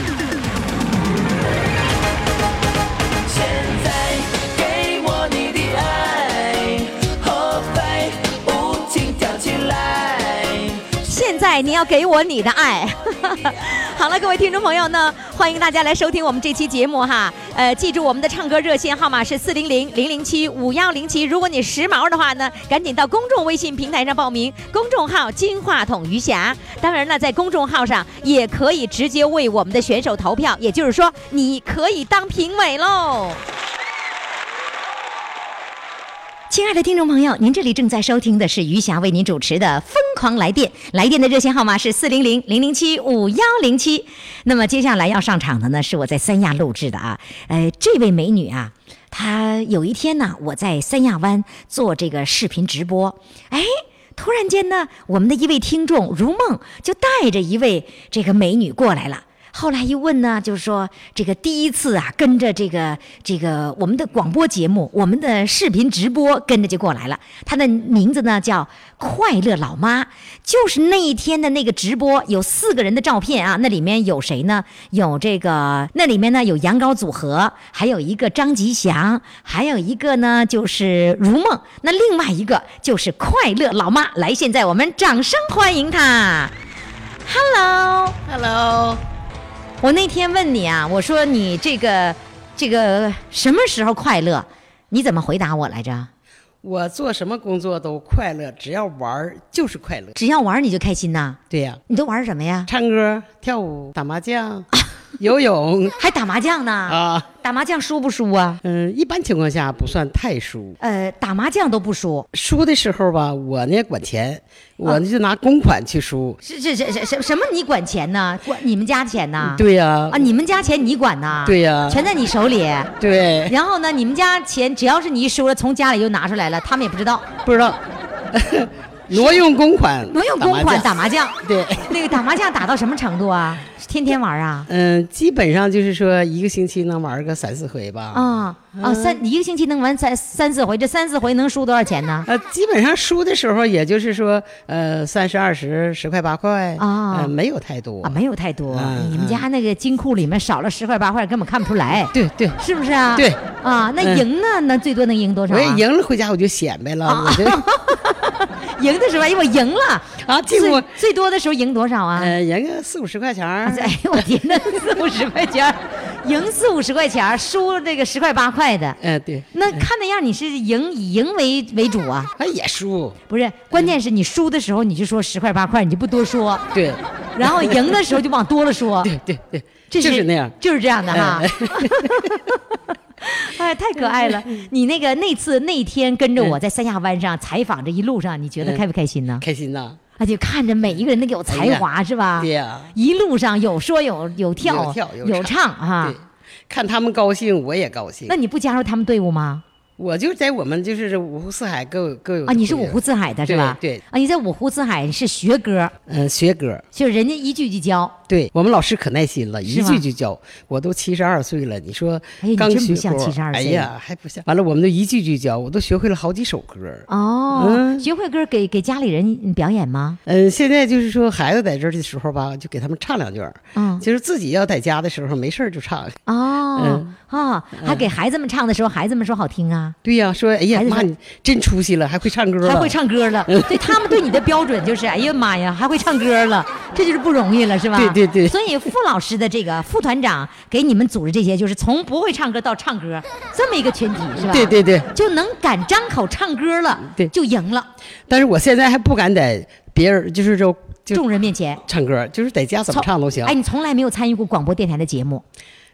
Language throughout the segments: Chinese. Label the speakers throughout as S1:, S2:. S1: 现在给我你的爱，后背舞情跳起来。
S2: 现在你要给我你的爱。 好了，各位听众朋友呢，欢迎大家来收听我们这期节目哈。呃，记住我们的唱歌热线号码是四零零零零七五幺零七。如果你时髦的话呢，赶紧到公众微信平台上报名，公众号“金话筒余霞”。当然了，在公众号上也可以直接为我们的选手投票，也就是说，你可以当评委喽。
S3: 亲爱的听众朋友，您这里正在收听的是余霞为您主持的《疯狂来电》，来电的热线号码是四零零零零七五幺零七。那么接下来要上场的呢，是我在三亚录制的啊，呃，这位美女啊，她有一天呢，我在三亚湾做这个视频直播，哎。突然间呢，我们的一位听众如梦就带着一位这个美女过来了。后来一问呢，就是说这个第一次啊，跟着这个这个我们的广播节目，我们的视频直播跟着就过来了。她的名字呢叫快乐老妈，就是那一天的那个直播有四个人的照片啊，那里面有谁呢？有这个那里面呢有羊羔组合，还有一个张吉祥，还有一个呢就是如梦，那另外一个就是快乐老妈。来，现在我们掌声欢迎她。Hello。
S4: Hello，
S3: 我那天问你啊，我说你这个这个什么时候快乐？你怎么回答我来着？
S4: 我做什么工作都快乐，只要玩儿就是快乐。
S3: 只要玩儿你就开心呐？
S4: 对呀、
S3: 你都玩儿什么呀？
S4: 唱歌、跳舞、打 麻将、游泳
S3: 还打麻将呢？
S4: 啊，
S3: 打麻将输不输啊？
S4: 嗯，一般情况下不算太输。
S3: 呃，打麻将都不输，
S4: 输的时候吧，我呢管
S3: 啊
S4: 钱，我呢就拿公款去输。
S3: 是是是是什什么？你管钱呢？管你们家钱呢？
S4: 对呀、
S3: 啊，你们家钱你管呐？
S4: 对呀
S3: 全在你手里。
S4: 对，
S3: 然后呢，你们家钱只要是你一输了，从家里就拿出来了，他们也不知道。
S4: 不 知道，挪用公款，
S3: 挪用公款打麻将，
S4: 对。
S3: 那个打麻将打到什么程度啊？是天天玩儿啊？
S4: 嗯，基本上就是说一个星期能玩个三四回吧。
S3: 啊啊，三一个星期能玩三三四回，这三四回能输多少钱呢？
S4: 呃，基本上输的时候，也就是说，呃，三十、二十、十块、八块
S3: 啊
S4: 呃没有太多
S3: 啊，没有太多，
S4: 嗯
S3: 你们家那个金库里面少了十块八块，根本看不出来，
S4: 对对，
S3: 是不是啊？
S4: 对
S3: 啊，那
S4: 嗯
S3: 赢呢？那最多能赢多少
S4: 我
S3: 啊？
S4: 也赢了，回家我就显摆了，我就
S3: 赢的时候，哎，我赢 了，
S4: 啊，结
S3: 最
S4: 果
S3: 最多的时候赢多少啊？
S4: 呃，赢个四五十块钱儿
S3: 啊这 哎呦我天，那四五十块 钱儿，赢四五十块钱儿，输这个十块八块的，
S4: 嗯、对，
S3: 那看那样你是赢以赢为为主啊？
S4: 他哎也输，
S3: 不是，关键是你输的时候你就说十块八块，你就不多说。
S4: 对，
S3: 然后赢的时候就往多了说，
S4: 对对对，
S3: 这
S4: 就是那样，
S3: 就是这样的哈。 哎，太可爱了！你那个那次那天跟着
S4: 嗯
S3: 我在三亚湾上采访这一路上，你觉得开不开心呢？
S4: 开心呐，啊
S3: 而且看着每一个人都有才华是吧？
S4: 嗯对呀
S3: 一路上有说有有跳
S4: 有跳有
S3: 唱
S4: 唱
S3: 哈
S4: 对。，看他们高兴，我也高兴
S3: 啊那。你不加入他们队伍吗？
S4: 我就在我们就是五湖四海各有各有
S3: 啊，你是
S4: 同
S3: 五
S4: 学
S3: 湖四海的是吧？
S4: 对对
S3: 啊，你在五湖四海是学歌，
S4: 嗯、学歌，
S3: 就是人家一句句教。
S4: 对我们老师可耐心了，
S3: 是
S4: 一
S3: 吗
S4: 句就教。我都七十二岁了，你说
S3: 哎呀你
S4: 刚
S3: 真
S4: 学
S3: 不像
S4: 过
S3: 72
S4: 哎
S3: 岁
S4: 呀，还不像。完了，我们就一句句教，我都学会了好几首歌。
S3: 哦，
S4: 嗯
S3: 学会歌给给家里人表演吗？
S4: 嗯，现在就是说孩子在这儿的时候吧，就给他们唱两句儿。
S3: 嗯
S4: 其实自己要在家的时候没事儿就唱。
S3: 哦
S4: 嗯
S3: 哦，还给孩子们唱的时候，孩子们说好听啊，
S4: 对呀、说哎呀
S3: 孩子
S4: 妈，
S3: 说
S4: 你真出息了，还会唱歌了，
S3: 还会。唱歌 了。对他们对你的标准就是，哎呀妈呀，还会唱歌 了，这就是不容易了，是吧？
S4: 对对对
S3: 所以傅老师的这个副团长给你们组织这些，就是从不会唱歌到唱歌这么一个群体，是吧？
S4: 对。对对，
S3: 就能敢张口唱歌了，
S4: 对
S3: 就赢了。
S4: 但是我现在还不敢在别人，就是说就
S3: 众人面前
S4: 唱歌，就是在家怎么
S3: 从
S4: 唱都行。
S3: 哎，你从来没有参与过广播电台的节目，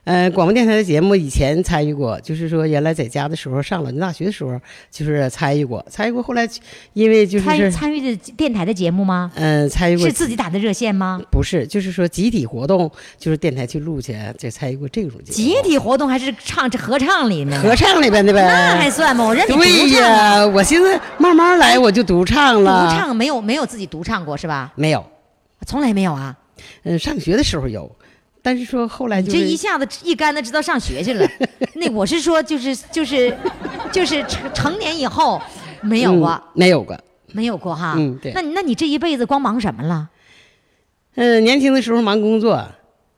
S4: 呃，广播电台的节目以前参与过，就是说原来在家的时候，上老年大学的时候，就是参与过，参与过。后来因为就是
S3: 参与
S4: 是
S3: 参与的电台的节目吗？
S4: 嗯、参与过
S3: 是自己打的热线吗？
S4: 不是，就是说集体活动，就是电台去录去，就参与过这种节目
S3: 集体活动还是唱这合唱里面？
S4: 合唱里边的呗。
S3: 那还算吗？我认你
S4: 哎对
S3: 独唱，哎
S4: 呀，我寻思慢慢来，我就独唱
S3: 独
S4: 了。
S3: 唱没有没有自己独唱过是吧？
S4: 没有，
S3: 从来没有啊！
S4: 嗯，上学的时候有，但是说后来
S3: 你
S4: 就
S3: 这一
S4: 是
S3: 下子一竿子直到上学去 了。那我是说，就是就是就是成成年以后没有过
S4: 嗯，没有过。
S3: 没有过哈。
S4: 嗯对
S3: 那你那你这一辈子光忙什么了？
S4: 嗯，年轻的时候忙工作，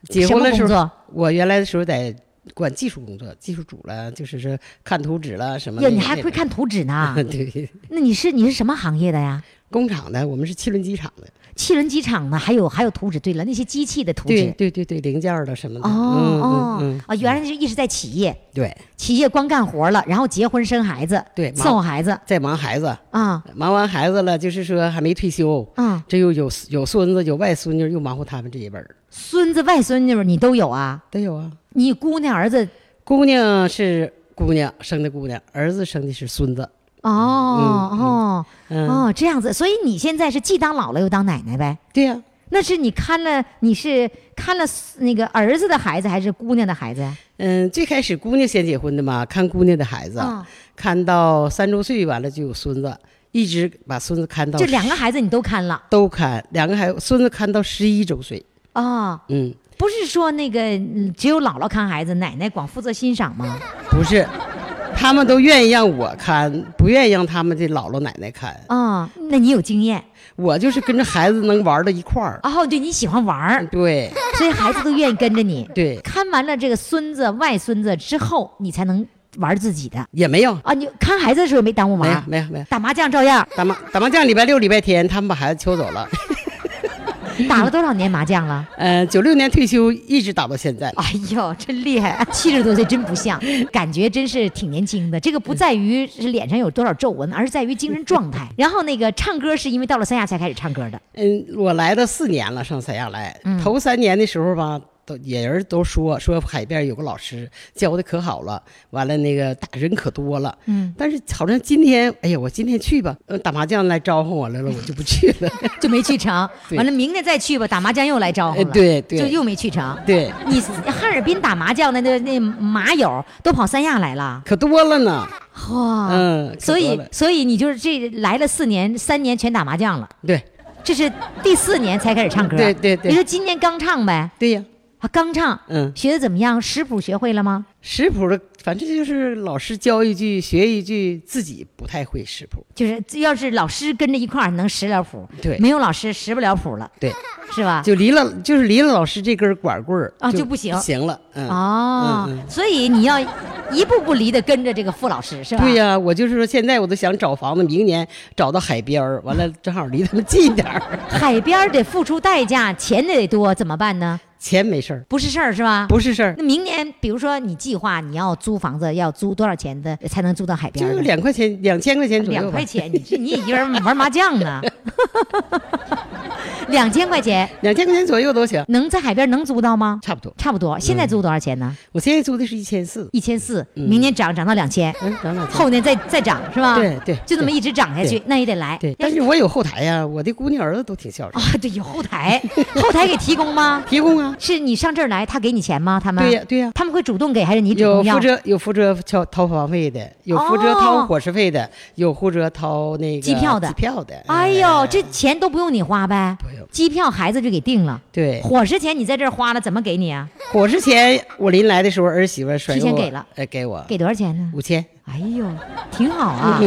S4: 结
S3: 什
S4: 婚
S3: 么
S4: 的时
S3: 工
S4: 候
S3: 作，
S4: 我原来的时候在管技术工作，技术组了，就是说看图纸了什么
S3: 呀，
S4: 的。
S3: 你还会看啊图纸呢？
S4: 对，
S3: 那你是你是什么行业的呀？
S4: 工厂的，我们是汽轮机厂的。
S3: 汽轮机厂呢？还有还有图纸。对了，那些机器的图
S4: 对
S3: 纸。
S4: 对对对，零件儿的什么的。
S3: 哦
S4: 嗯
S3: 哦
S4: 嗯嗯，
S3: 啊，原来就一直在企业，
S4: 对，
S3: 企业光干活了，然后结婚生孩子，
S4: 对忙
S3: 伺候孩子
S4: 在忙孩子，
S3: 啊
S4: 忙完孩子了，就是说还没退休。
S3: 啊，
S4: 这又有有孙子，有外孙女，又忙活他们这一辈儿，
S3: 孙子外孙女儿你都有啊？
S4: 得有啊。
S3: 你姑娘儿子
S4: 姑娘是姑娘生的姑娘，儿子生的是孙子。
S3: 哦
S4: 嗯
S3: 哦
S4: 嗯，
S3: 哦，这样子，所以你现在是既当姥姥又当奶奶呗？
S4: 对呀、
S3: 那是你看了，你是看了那个儿子的孩子还是姑娘的孩子呀？
S4: 嗯，最开始姑娘先结婚的嘛，看姑娘的孩子，
S3: 啊，
S4: 看到三周岁完了就有孙子，一直把孙子看到
S3: 这两个
S4: 十
S3: 孩子你都看了
S4: 都看，两个孩孙子看到十一周岁，
S3: 啊、
S4: 嗯，
S3: 不是说那个嗯只有姥姥看孩子，奶奶光负责欣赏吗？
S4: 不是，他们都愿意让我看，不愿意让他们的姥姥奶奶看，
S3: 啊、那你有经验
S4: 我就是跟着孩子能玩到一块儿，
S3: 哦，对你喜欢玩儿，
S4: 对
S3: 所以孩子都愿意跟着你。
S4: 对，
S3: 看完了这个孙子、外孙子之后，你才能玩自己的
S4: 也没有，
S3: 啊。你看孩子的时候也没耽误
S4: 没有
S3: 忙，
S4: 没有没有，
S3: 打麻将照样
S4: 打麻打麻将礼拜六礼拜天他们把孩子揪走了，
S3: 打了多少年麻将 了？
S4: 呃，九六年退休一直打到现在，
S3: 哎呦，真厉害！
S4: 啊
S3: 七十多岁真不像，感觉真是挺年轻的。这个不在于是脸上有多少皱纹，而是在于精神状态。然后那个唱歌是因为到了三亚才开始唱歌的。
S4: 嗯，我来到四年了，上三亚来。
S3: 嗯
S4: 头三年的时候吧，都也人都说说海边有个老师教的可好了，完了那个打人可多了。
S3: 嗯，
S4: 但是好像今天，哎呀，我今天去吧，呃，打麻将来招呼我来了，我就不去 了。
S3: 就没去成。
S4: 对
S3: 完了，明天再去吧，打麻将又来招呼
S4: 哎，
S3: 了，，
S4: 对
S3: 就
S4: 对
S3: 又没去成。
S4: 对，
S3: 你哈尔滨打麻将的那那麻友都跑三亚来了，
S4: 可多了呢。
S3: 哇！
S4: 嗯，可
S3: 啊所
S4: 多
S3: 以
S4: 了
S3: 所以你就是这来了四年，三年全打麻将了，
S4: 对
S3: 这是第四年才开始唱歌。
S4: 对对对
S3: 你说今年刚唱呗，
S4: 对呀，
S3: 啊，刚唱，
S4: 嗯，
S3: 学的怎么样？识谱学会了吗？
S4: 食谱的，反正就是老师教一句学一句，自己不太会食谱。
S3: 就是要是老师跟着一块儿能识了谱，
S4: 对
S3: 没有老师识不了谱了，
S4: 对，
S3: 是吧？
S4: 就离了，就是离了老师这根管棍儿
S3: 啊啊就不行
S4: 行了，嗯
S3: 哦
S4: 嗯嗯，
S3: 所以你要一步步离的跟着这个傅老师，是吧？
S4: 对呀、我就是说，现在我都想找房子，明年找到海边儿，完了正好离他们近点 儿，
S3: 海边儿得付出代价，钱得多，怎么办呢？
S4: 钱没事儿，
S3: 不是事儿是吧？
S4: 不是事儿
S3: 那，明年，比如说你计划你要租房子，要租多少钱的才能租到海边
S4: 就
S3: 儿呢？
S4: 两块钱，两千块钱左
S3: 两
S4: 右吧
S3: 块，钱，你这你也一个人玩麻将 呢？两千块钱
S4: 两千块钱左右都行，
S3: 能在海边能租到吗？
S4: 差不多。嗯
S3: 差不多，现在租多少钱呢？
S4: 我现在租的是一千四，
S3: 一千四，明年涨涨到两千，
S4: 嗯，涨两千。
S3: 后年再再涨是吧？
S4: 对对
S3: 就这么一直涨下去
S4: 对，
S3: 那也得来。
S4: 对，
S3: 要
S4: 但是我有后台呀、我的姑娘儿子都挺孝顺，
S3: 啊，对，有后台，后台给提供 吗？
S4: 提供啊，
S3: 是你上这儿来，他给你钱吗？他们
S4: 对呀、对呀、
S3: 他们会主动给还是你主
S4: 有
S3: 动要哦
S4: 负？责有负责掏掏房费的，有负责掏伙食费的，有负责掏那个
S3: 机票的
S4: 机票的。
S3: 哎呦，这钱都不用你花呗，
S4: 不用
S3: 机票孩子就给定了，
S4: 对
S3: 伙食钱你在这儿花了，怎么给你啊？
S4: 伙食钱，我临来的时候儿媳妇儿甩
S3: 提
S4: 给
S3: 前
S4: 我，
S3: 给了
S4: 哎，给我
S3: 给多少钱呢？
S4: 五千。
S3: 哎呦，挺好啊！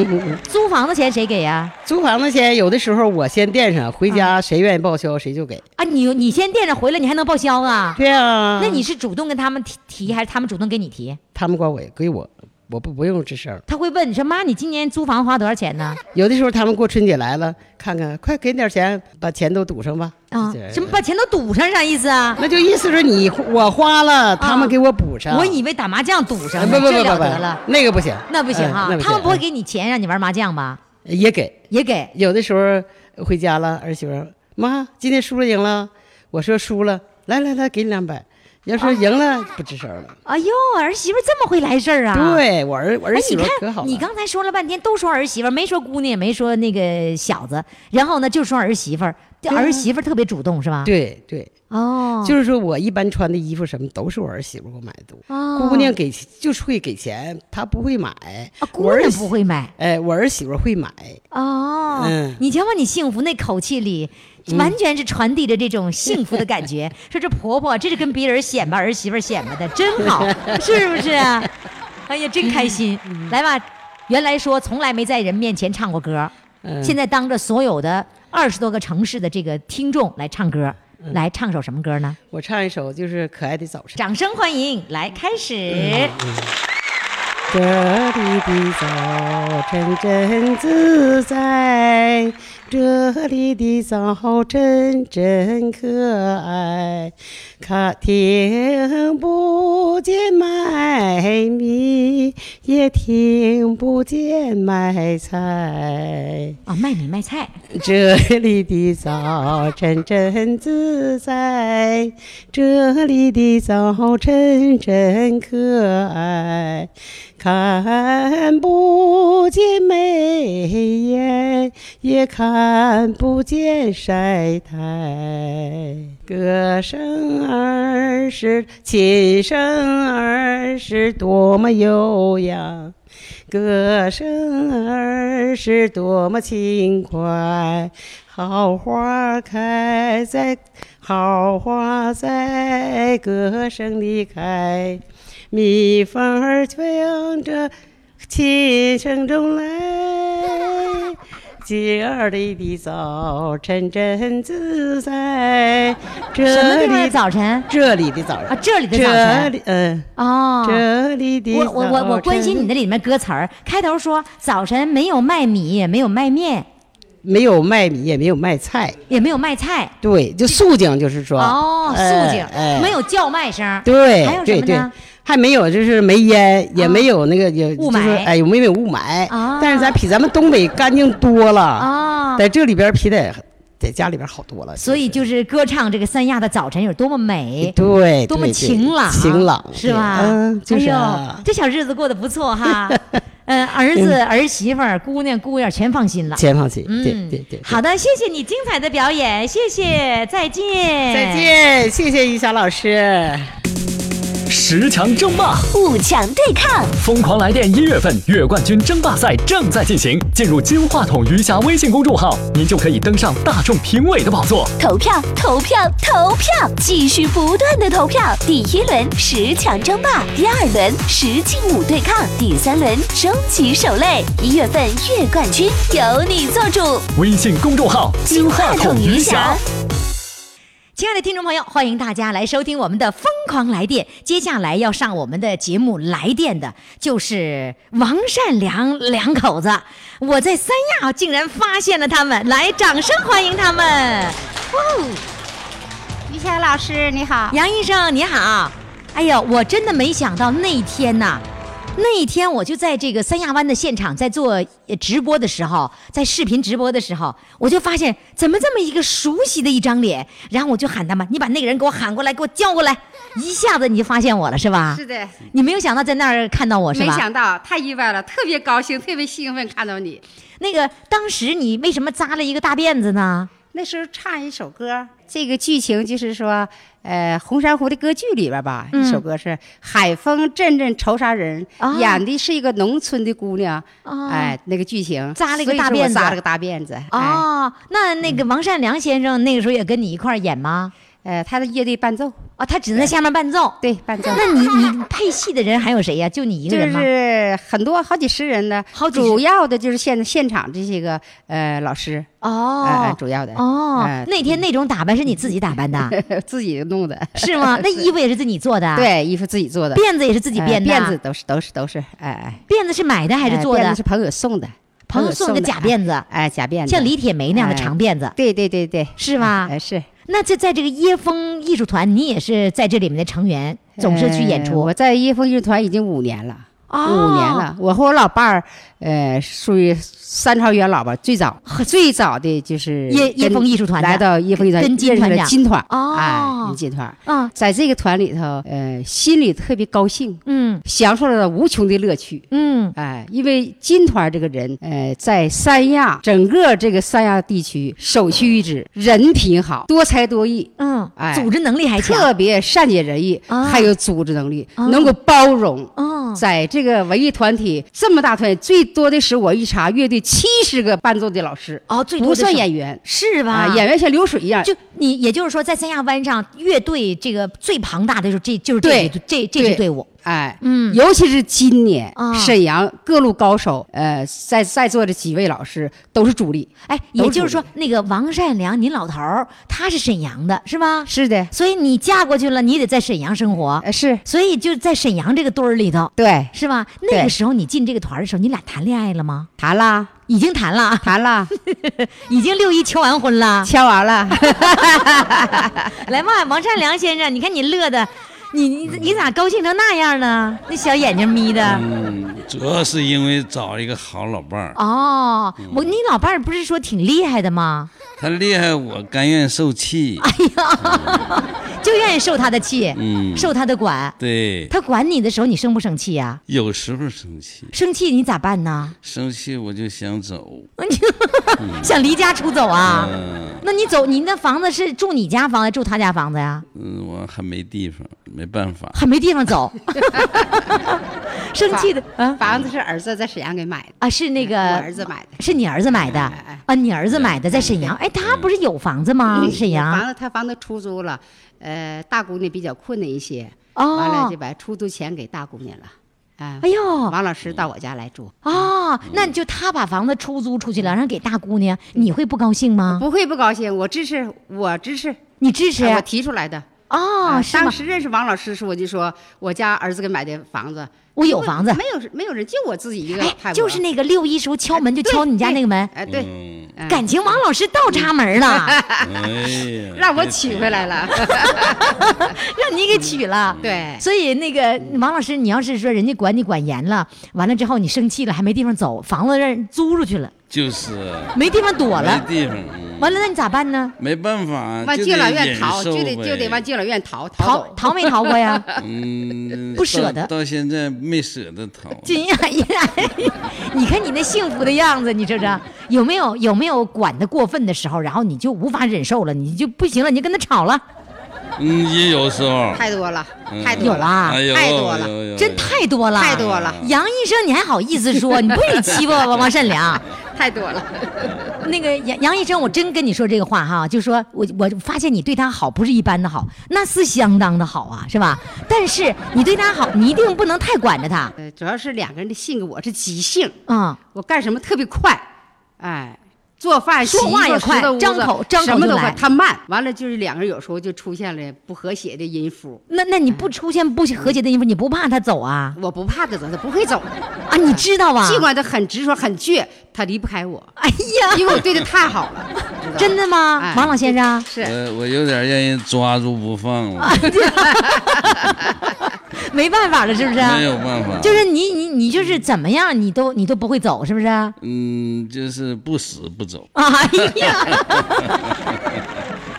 S3: 租房子钱谁给呀、
S4: 租房子钱有的时候我先垫上，回家谁愿意报销谁就给。
S3: 啊？你你先垫着回来，你还能报销啊？
S4: 对啊，
S3: 那你是主动跟他们提提，还是他们主动跟你提？
S4: 他们管我归我，我不不用吱声。
S3: 他会问你说妈，你今年租房花多少钱呢？
S4: 有的时候他们过春节来了，看看快给点钱，把钱都堵上吧。
S3: 啊
S4: 就这，样
S3: 什么把钱都堵上，啥意思啊？
S4: 那就意思是你我花了，他们给我补上。
S3: 我以为打麻将堵
S4: 嗯哎
S3: 上
S4: 不
S3: 呢，
S4: 不不
S3: 这
S4: 不
S3: 了
S4: 不
S3: 得了，，
S4: 那个不行，
S3: 那不行
S4: 嗯
S3: 哈
S4: 那，
S3: 他们不会
S4: 行
S3: 给你钱让你玩麻将吧？
S4: 嗯也给。
S3: 也给
S4: 有的时候回家了，儿媳妇儿妈今天输了赢了，我说输了，来来来，给你两百。
S5: 要说赢了不吱声了。
S3: 哎呦，儿媳妇这么会来事儿啊！。
S5: 对我儿我儿
S3: 哎，
S5: 媳
S3: 你
S5: 妇可好
S3: 看，
S5: 了，
S3: 你刚才说了半天，都说儿媳妇儿，没说姑娘，也没说那个小子，然后呢，就说儿媳妇儿，这
S5: 啊
S3: 儿媳妇儿特别主动，是吧？，
S5: 对对，
S3: 哦，
S5: 就是说我一般穿的衣服什么都是我儿媳妇给我买的多。
S3: 哦
S5: 姑娘给就是会给钱，她不会买。
S3: 啊，
S5: 我
S3: 姑
S5: 儿
S3: 娘
S5: 媳
S3: 不。会买
S5: 哎，我儿媳妇会买，
S3: 哦。
S5: 嗯
S3: 你瞧瞧，你幸福那口气里，完全是传递着这种幸福的感觉。说这婆婆，这是跟别人显摆儿媳妇儿显摆的，真好，是不是啊？哎呀，真开心！来吧，原来说从来没在人面前唱过歌，
S5: 嗯
S3: 现在当着所有的二十多个城市的这个听众来唱歌，来唱首什么歌呢？
S5: 我唱一首就是《可爱的早晨》。
S3: 掌声欢迎，来开始。
S5: 这里的早晨真自在，这里的早晨真可爱。看听不见麦米，也听不见麦菜。
S3: 啊，卖米卖菜，
S5: 这里的早晨真自在，这里的早晨真可爱。看不见眉眼，也看不见晒台。歌声儿是琴声儿是多么悠扬。歌声儿是多么轻快，好花开在，好花在歌声里开，蜜蜂儿飞着琴声中来。这里的早晨真自在，
S3: 什么
S5: 这
S3: 地方的
S5: 里
S3: 早晨
S5: 这里的早晨
S3: 啊？这里的早
S5: 这
S3: 晨
S5: 里嗯。
S3: 哦，
S5: 这里的
S3: 我我我我关心你那里面歌词儿，开头说早晨没有卖米，也没有卖面，
S5: 没有卖米，也没有卖菜，
S3: 也没有卖菜，
S5: 对，就肃静，就是说
S3: 哦，
S5: 哎
S3: 肃静，
S5: 哎
S3: 没有叫卖声，
S5: 对，
S3: 还有什
S5: 对
S3: 么
S5: 对
S3: 呢？啊
S5: 还没有，就是没烟，也没有那个也
S3: 雾
S5: 就是
S3: 霾
S5: 哎，有没有雾霾
S3: 啊？
S5: 但是咱比咱们东北干净多了，
S3: 哦，
S5: 在这里边比在在家里边好多了。
S3: 所以
S5: 其实
S3: 就是歌唱这个三亚的早晨有多么美。
S5: 哎对，
S3: 多么
S5: 对对
S3: 晴朗，啊
S5: 晴朗
S3: 是吧？
S5: 对嗯，就是啊
S3: 哎呦，这小日子过得不错 哈。嗯，儿子、儿媳妇儿、姑娘、姑爷儿全放心了。
S5: 前方起，
S3: 嗯，
S5: 对对对。
S3: 好
S5: 的，
S3: 的，谢谢你精彩的表演，谢谢，再见，
S5: 再。见，谢谢于霞老师。
S6: 十强争霸，
S7: 五强对抗。
S6: 疯狂来电！一月份月冠军争霸赛正在进行，进入金话筒余霞微信公众号，您就可以登上大众评委的宝座。
S7: 投票，投票，投票！继续不断的投票。第一轮十强争霸，第二轮十进五对抗，第三轮终极守擂。一月份月冠军由你做主。
S6: 微信公众号“金话筒余霞”。
S3: 亲爱的听众朋友，欢迎大家来收听我们的《疯狂来电》。接下来要上我们的节目来电的就是王善良两口子，我在三亚竟然发现了他们，来，掌声欢迎他们！
S8: 于谦老师你好，
S3: 杨医生你好，哎呀，我真的没想到那一天呐、那一天我就在这个三亚湾的现场，在做呃直播的时候，在视频直播的时候，我就发现怎么这么一个熟悉的一张脸，然后我就喊他们，你把那个人给我喊过来，给我叫过来，一下子你就发现我了是吧？
S8: 是的，
S3: 你没有想到在那儿看到我是
S8: 没
S3: 吧？
S8: 想到太意外了，特别高兴，特别兴奋看到你。
S3: 那个当时你为什么扎了一个大辫子呢？
S8: 那时候唱一首歌，这个剧情就是说，呃，《红珊瑚》的歌剧里边吧，一首歌是《海风阵阵愁杀人》，
S3: 啊
S8: 演的是一个农村的姑娘，
S3: 啊
S8: 哎，那个剧情
S3: 扎了一个
S8: 所以
S3: 大
S8: 说
S3: 辫
S8: 我
S3: 子
S8: 扎了个大辫子。哎，
S3: 哦，那那个王善良先生那个时候也跟你一块儿演吗？
S8: 呃，他的乐队伴奏，
S3: 哦，他只能在下面伴奏。
S8: 对伴奏。
S3: 那你你配戏的人还有谁呀、就你一个
S8: 就
S3: 人吗？
S8: 是很多好几十人呢，
S3: 好几十
S8: 主要的就是现现场这些个呃老师，
S3: 哦、
S8: 哎哎主要的
S3: 哦、
S8: 哎
S3: 那天那种打扮是你自己打扮的，
S8: 自己弄的，
S3: 是吗？那衣服也是自己做的，，
S8: 对，衣服自己做的，
S3: 辫子也是啊自己
S8: 哎
S3: 编的，啊
S8: 辫子都是都是都是，哎哎，
S3: 辫子是买的还是
S8: 哎
S3: 做的？啊
S8: 辫子是朋友送的，
S3: 朋友送的假辫子，
S8: 哎，哎假辫子，
S3: 像李铁梅那样的
S8: 哎
S3: 长辫子，
S8: 对对对对，
S3: 是吧？
S8: 哎是，
S3: 那这在这个椰风艺术团，你也是在这里面的成员，总是去演
S8: 呃
S3: 出。哦
S8: 我在椰风乐团已经五年了，五年了。我和我老伴儿，呃，属于三朝元老吧，最早最早的就是
S3: 叶叶
S8: 跟
S3: 枫艺术团的
S8: 来到叶枫艺术团，
S3: 跟金
S8: 认识
S3: 团
S8: 了
S3: 长
S8: 金团
S3: 哦
S8: 哎，金团
S3: 啊，
S8: 在这个团里头，呃，心里特别高兴，
S3: 嗯
S8: 享受了无穷的乐趣。
S3: 嗯
S8: 哎，因为金团这个人，呃，在三亚整个这个三亚地区首屈一指，人品好，多才多艺，
S3: 嗯，
S8: 哎
S3: 组织能力还强，
S8: 特别善解人意，
S3: 啊
S8: 还有组织能力，
S3: 啊
S8: 能够包容。
S3: 哦，
S8: 在这个文艺团体这么大团体，最多的时我一查，乐队七十个伴奏的老师，
S3: 哦，最多
S8: 不
S3: 的
S8: 算
S3: 是
S8: 演员
S3: 是吧？
S8: 啊，演员像流水一样。
S3: 就你也就是说，在三亚湾上，乐队这个最庞大的就是这就是这
S8: 对
S3: 支这这支
S8: 对
S3: 队伍，
S8: 哎，
S3: 嗯
S8: 尤其是今年、
S3: 啊
S8: 沈阳各路高手，呃，在在座的几位老师都是主力。
S3: 哎，
S8: 都
S3: 也就是说
S8: 主
S3: 那
S8: 力，
S3: 个王善良，您老头儿他是沈阳的，是吧？
S8: 是的，
S3: 所以你嫁过去了，你得在沈阳生活，
S8: 呃，是
S3: 所以就在沈阳这个堆儿里头，
S8: 对，
S3: 是吧？那个
S8: 对
S3: 时候你进这个团儿的时候，你俩谈恋爱了吗？
S8: 谈 啦，
S3: 已经谈了 啊，
S8: 谈啦，
S3: 已经六一求完婚 了。
S8: 签 完了。
S3: 来嘛，王善良先生，你看你乐的，你你你咋高兴成那样呢？那小眼睛眯的。
S9: 主要是因为找一个好老伴儿，
S3: 哦，我
S9: 嗯
S3: 你老伴儿不是说挺厉害的吗？
S9: 他厉害，我甘愿受气。
S3: 就愿意受他的气，
S9: 嗯
S3: 受他的管。
S9: 对，
S3: 他管你的时候，你生不生气呀、
S9: 有时候生气，
S3: 生气你咋办呢？
S9: 生气我就想走。
S3: 想离家出走啊？
S9: 嗯、
S3: 那你走，你那房子是住你家房子，住他家房子呀？
S9: 嗯，我还没地方，没办法。
S3: 还没地 方走，生气的啊
S8: 房子是儿子在沈阳给买的，
S3: 啊！是那个
S8: 哎我儿子买的。
S3: 是你儿子买的
S8: 哎哎嗯
S3: 啊？你儿子买的在沈
S9: 嗯
S3: 阳？哎，他不是有房子吗？啊沈阳
S8: 房子他房子出租了，呃，大姑娘比较困难一些，完
S3: 哦
S8: 了就。把出租钱给大姑娘了。哎
S3: 哎呦
S8: 王老师到我家来住，
S3: 哦，
S8: 嗯
S3: 那就他把房子出租出去了，然后给大姑娘，你会不高兴吗？
S8: 不会不高嗯兴，我支持，我支持，
S3: 你支持
S8: 哎我提出来的。
S3: 啊哦，
S8: 啊
S3: 是
S8: 当
S3: 吗？
S8: 时认识王老师的时候，我就说我家儿子给买的房子，
S3: 我有房子
S8: 没有没有人，就我自己一个泰
S3: 哎，
S8: 国，
S3: 就是那个六一时候敲门就敲你家那个门，
S8: 哎对，
S9: 嗯，
S8: 嗯
S3: 感情王老师倒插门了，
S9: 哎呀，
S8: 让我娶回来了，
S3: 让你给娶了。
S8: 嗯对，
S3: 所以那个王老师，你要是说人家管你管严了，完了之后你生气了，还没地方走，房子让人租出去了，
S9: 就是
S3: 没地方躲
S9: 没
S3: 了，
S9: 地方，嗯
S3: 完了那你咋办呢？
S9: 没办法，
S8: 往
S9: 就
S8: 敬老
S9: 得
S8: 院
S9: 忍
S8: 逃，
S9: 受
S8: 就得就得
S9: 呗
S8: 往敬老院逃逃
S3: 逃
S8: 走。
S3: 逃没逃过呀？
S9: 嗯，
S3: 不舍得
S9: 到到现在没舍得逃。
S3: 金雅依，你看你那幸福的样子，你瞅瞅，有没有有没有管的过分的时候，然后你就无法忍受了，你就不行了，你就跟他吵了，
S9: 嗯，也有时候，
S8: 太多了，
S9: 嗯
S8: 太
S3: 有
S8: 多
S3: 了
S8: 了，
S3: 啊
S9: 哎呦
S8: 太多了
S9: 有有
S3: 真
S9: 有
S3: 太多了，
S8: 哎太多了
S3: 杨医生，你还好意思说？你不许欺负王王善良。
S8: 太多了。
S3: 那个杨杨医生，我真跟你说这个话哈，就说我我发现你对他好不是一般的好，那是相当的好啊，是吧？但是你对他好，你一定不能太管着他
S8: 呃，主要是两个人的性格，我是急性，
S3: 啊、
S8: 我干什么特别快，哎，做饭、
S3: 说
S8: 洗衣
S3: 话也
S8: 服
S3: 快
S8: 拾掇屋子
S3: 张口张口
S8: 什么
S3: 就
S8: 都
S3: 来
S8: 快，他慢。完了就是两个人有时候就出现了不和谐的音符，
S3: 那那你不出现不和谐的地方，你不怕他走啊？
S8: 我不怕他走，他不会走的。
S3: 啊，你知道啊？
S8: 尽管他很执着、很倔，他离不开我，
S3: 哎呀，
S8: 因为我对他太 好了，知道吧
S3: 真的吗，
S8: 哎
S3: 王老先 生？
S8: 是。
S9: 我我有点让人抓住不放了，
S3: 没办法了，是不是？
S9: 没有办法。
S3: 就是你你你就是怎么样，你都你都不会走，是不是？啊，
S9: 嗯，就是不死不走。
S3: 哎呀，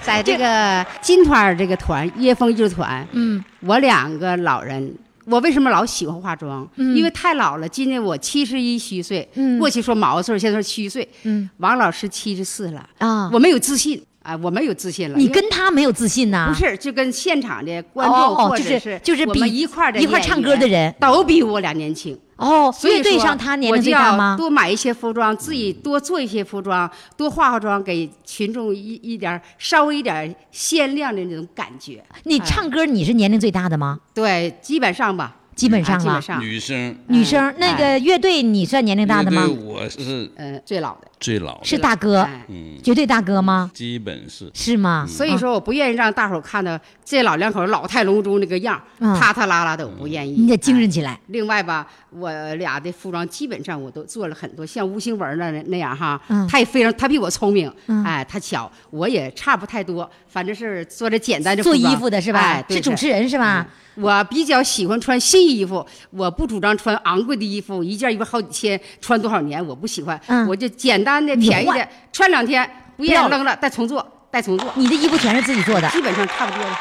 S8: 在这个金团儿这个团，椰风艺术团，
S3: 嗯，
S8: 我两个老人，我为什么老喜欢化妆？
S3: 嗯
S8: 因为太老了，今年我七十一虚岁，
S3: 嗯
S8: 过去说毛岁儿，现在说虚岁，
S3: 嗯，
S8: 王老师七十四了，
S3: 啊
S8: 我没有自信啊，我没有自信了，
S3: 你
S8: 因为
S3: 跟他没有自信呐、
S8: 不是，就跟现场的观众、
S3: 哦
S8: 或
S3: 就
S8: 者
S3: 是就是
S8: 我
S3: 比
S8: 们一块儿的
S3: 一块儿
S8: 演
S3: 唱歌的
S8: 员
S3: 人
S8: 都比我俩年轻，
S3: 哦，
S8: 所以
S3: 乐队
S8: 说
S3: 上他年
S8: 我
S3: 龄
S8: 就
S3: 最大
S8: 要
S3: 吗？
S8: 多买一些服装，自己多做一些服装，多化化妆，给群众一一点儿稍微一点儿鲜亮的那种感觉。
S3: 你唱歌你是年龄最大的吗？
S8: 对，基本上吧，
S3: 基本上
S8: 嗯啊基
S3: 啊
S8: 本上，哎
S9: 女生
S3: 女生那个乐队你算年龄大的吗
S9: 乐队？我是
S8: 嗯，最老的。
S9: 最老的
S3: 是大哥
S8: 哎，嗯
S9: 嗯，
S3: 绝对大哥吗？
S9: 基本是
S3: 是吗？
S8: 所以说，我不愿意让大伙儿看到这老两口老态龙钟那个样儿，
S3: 嗯
S8: 塌塌拉拉的，我不愿意。
S3: 哦你得精神
S8: 哎
S3: 起来。
S8: 另外吧，我俩的服装基本上我都做了很多，像吴兴文那那样哈，
S3: 嗯
S8: 他也非常，他比我聪明，
S3: 嗯
S8: 哎，他巧，我也差不太多，反正是做着简单的
S3: 做
S8: 服装
S3: 衣服的是吧？
S8: 哎，对
S3: 是主持人是吧？
S8: 嗯我比较喜欢穿新衣服，我不主张穿昂贵的衣服，一件衣服好几千，穿多少年我不喜欢，
S3: 嗯
S8: 我就简单的、
S3: 你
S8: 便宜
S3: 换
S8: 的，穿两天不愿
S3: 不要
S8: 意
S3: 了
S8: 扔了，再重做，再重做。
S3: 你的衣服全是自己做的，
S8: 基本上差不多了。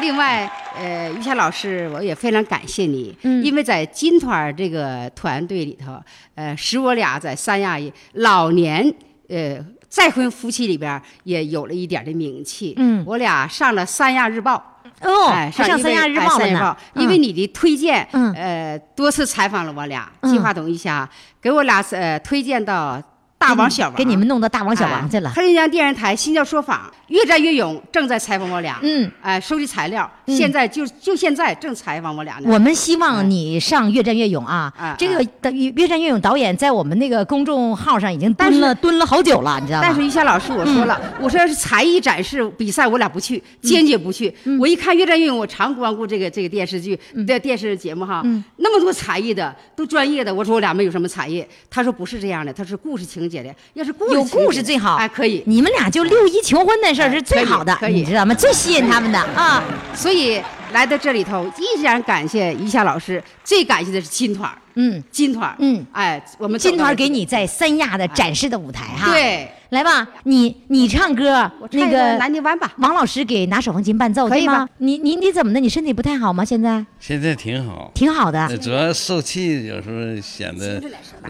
S8: 另外，呃，于霞老师，我也非常感谢你，
S3: 嗯
S8: 因为在金团儿这个团队里头，呃，使我俩在三亚也老年呃再婚夫妻里边儿也有了一点儿的名气。
S3: 嗯
S8: 我俩上了三亚日报。
S3: 哦，
S8: 哎，
S3: 还上
S8: 一
S3: 三
S8: 位
S3: 亚日
S8: 哎
S3: 报
S8: 三
S3: 了
S8: 亚
S3: 呢。嗯
S8: 因为你的推荐，
S3: 嗯
S8: 呃，多次采访了我俩，
S3: 嗯
S8: 计划董一霞给我俩呃推荐到大王小王，
S3: 给你们弄到大王小王去了
S8: 哎。黑龙江电视台新教说法越战越勇，正在采访我俩。
S3: 嗯，
S8: 哎，收集材料，
S3: 嗯
S8: 现在就就现在正采访我俩呢。
S3: 我们希望你上《越战越勇》啊
S8: 哎，
S3: 这个的《越越战越勇》导演在我们那个公众号上已经
S8: 但
S3: 蹲
S8: 是
S3: 了蹲了好久了，你知道
S8: 但是
S3: 吗？
S8: 于霞老师，我说了，
S3: 嗯
S8: 我说要是才艺展示比赛，我俩不去，坚决不去。
S3: 嗯
S8: 我一看《越战越勇》，我常光顾这个这个电视剧的电视节目哈，
S3: 嗯
S8: 那么多才艺的，都专业的，我说我俩没有什么才艺。他说不是这样的，他是故事情节的，要是故事
S3: 有
S8: 情节
S3: 故事最好，嗯
S8: 哎，可以。
S3: 你们俩就六一求婚那事儿
S8: 哎
S3: 是最好的，
S8: 可以可以哎
S3: 你知道吗？最吸引他们的啊，
S8: 所以来到这里头，依然感谢于霞老师，最感谢的是金团儿
S3: 嗯，
S8: 金团儿
S3: 嗯
S8: 哎，我们走到
S3: 金团
S8: 了
S3: 给
S8: 这
S3: 你在三亚的展示的舞台哈。，
S8: 哎对。
S3: 来吧，你你唱歌，
S8: 我唱
S3: 那
S8: 一
S3: 个
S8: 个南泥湾吧
S3: 王老师给拿手风琴伴奏，
S8: 可以
S3: 对吗
S8: 吧？
S3: 你你你怎么的？你身体不太好吗？现在
S9: 现在挺好，
S3: 挺好的
S9: 呃。主要受气有时候显得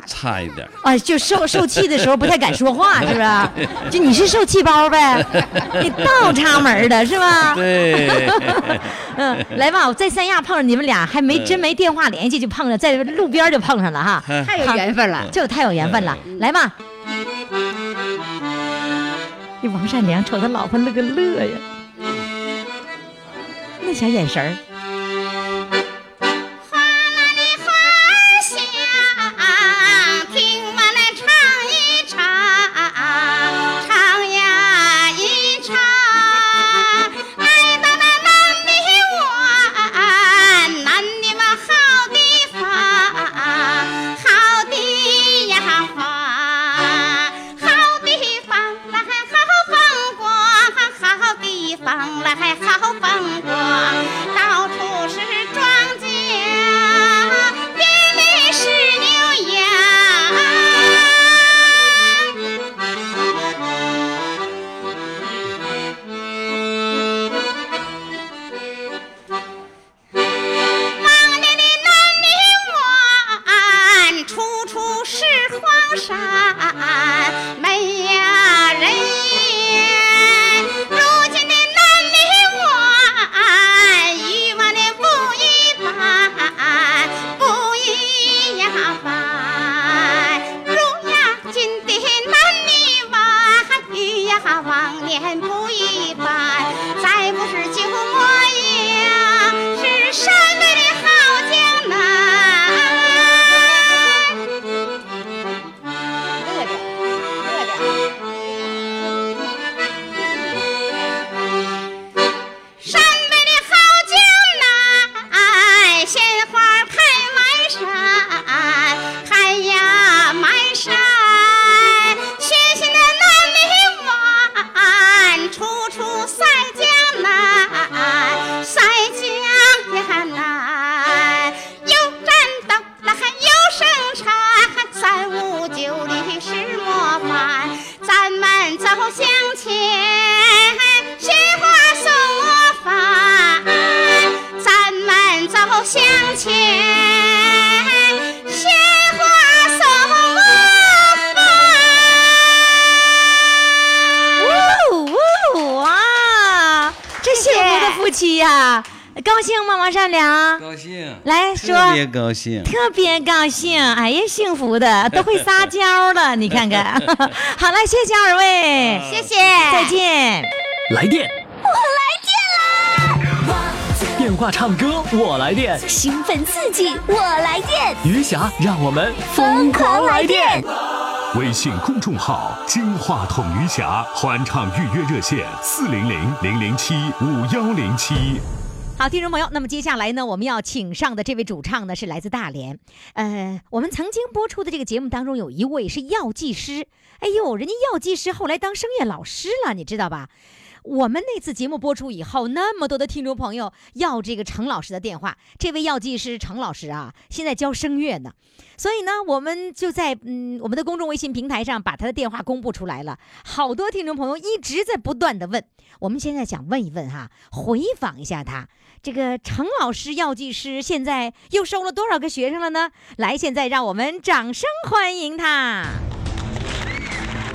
S9: 差一点 儿。
S3: 啊，就受受气的时候不太敢说话，是吧？就你是受气包呗，你倒插门儿的是吧？
S9: 对，
S3: 嗯，来吧，我在三亚碰上你们俩，还没真没电话联系就碰上，在路边儿就碰上了哈，
S8: 太有缘分了。
S3: 这太有缘分了。来吧，这王善良瞅他老婆那个乐呀，那小眼神儿。
S10: 哗啦哩哗响，听我来唱一唱，唱呀一唱，爱到那南泥湾，南泥湾好地方，好地呀方，好地方来好风光，好地方来好风光，到处是庄稼，遍地是牛羊。望见的南泥湾，处处是荒山，没呀人烟。如今的南泥湾，与我的不一般，不一样般。如呀今的南泥湾，与呀往年不一般，再不是旧模样，是山北的好江南。饿了，饿了。山北的好江南，鲜花开满山，开呀满山。新鲜的南泥湾，处处赛江南，赛江南。有战斗，那还有生产，三五九里是模范，咱们走向前，鲜花送我返，咱们走向前，鲜花送我返。
S3: 哦哦哇，这幸福的夫妻呀、高兴吗？王善良，
S9: 高兴，
S3: 来说
S9: 特别高兴。
S3: 特别高兴，哎呀，幸福的都会撒娇了，你 看看。好了，谢谢二位，
S10: 谢谢，
S3: 再见。
S6: 来电，我来电啦！电话唱歌，我来电。
S7: 兴奋刺激，我来电，
S6: 余霞，让我们
S7: 疯狂来电！
S11: 微信公众号“金话筒余霞”欢唱预约热线：四零零零零七五幺零七。
S3: 好，听众朋友，那么接下来呢，我们要请上的这位主唱呢是来自大连。呃，我们曾经播出的这个节目当中，有一位是药剂师。哎呦，人家药剂师后来当声乐老师了，你知道吧？我们那次节目播出以后，那么多的听众朋友要这个程老师的电话。这位药剂师程老师啊，现在教声乐呢，所以呢，我们就在嗯我们的公众微信平台上把他的电话公布出来了。好多听众朋友一直在不断的问，我们现在想问一问哈，回访一下他。这个程老师药剂师现在又收了多少个学生了呢？来，现在让我们掌声欢迎他。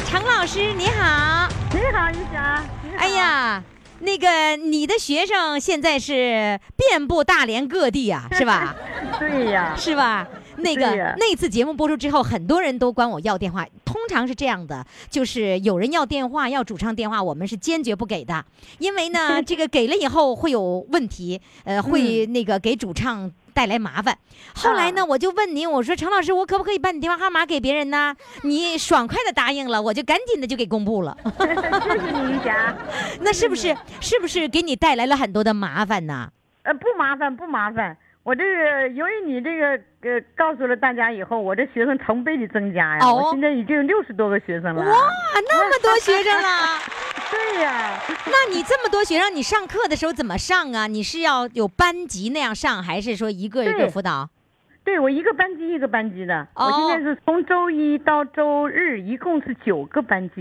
S3: 程老师你好，
S12: 你好，于霞。
S3: 哎呀，那个你的学生现在是遍布大连各地啊，是吧？
S12: 对呀
S3: 是吧？那
S12: 对
S3: 个
S12: 呀
S3: 那次节目播出之后，很多人都管我要电话。通常是这样的，就是有人要电话，要主唱电话，我们是坚决不给的，因为呢，这个给了以后会有问题，呃，会那个给主唱。带来麻烦。后来呢，我就问您，我说程老师，我可不可以把你电话号码给别人呢？你爽快的答应了，我就赶紧的就给公布了。
S12: 谢谢你，于霞。
S3: 那是不是是不是给你带来了很多的麻烦呢？
S12: 呃，不麻烦，不麻烦。我这个由于你这个呃告诉了大家以后，我这学生成倍的增加呀，
S3: 哦
S12: 我现在已经有六十多个学生了。
S3: 哇，啊那么多学生了！
S12: 对呀、
S3: 那你这么多学生，你上课的时候怎么上啊？你是要有班级那样上，还是说一个一个
S12: 对
S3: 辅导？
S12: 对我一个班级一个班级的，
S3: 哦
S12: 我现在是从周一到周日，一共是九个班 级，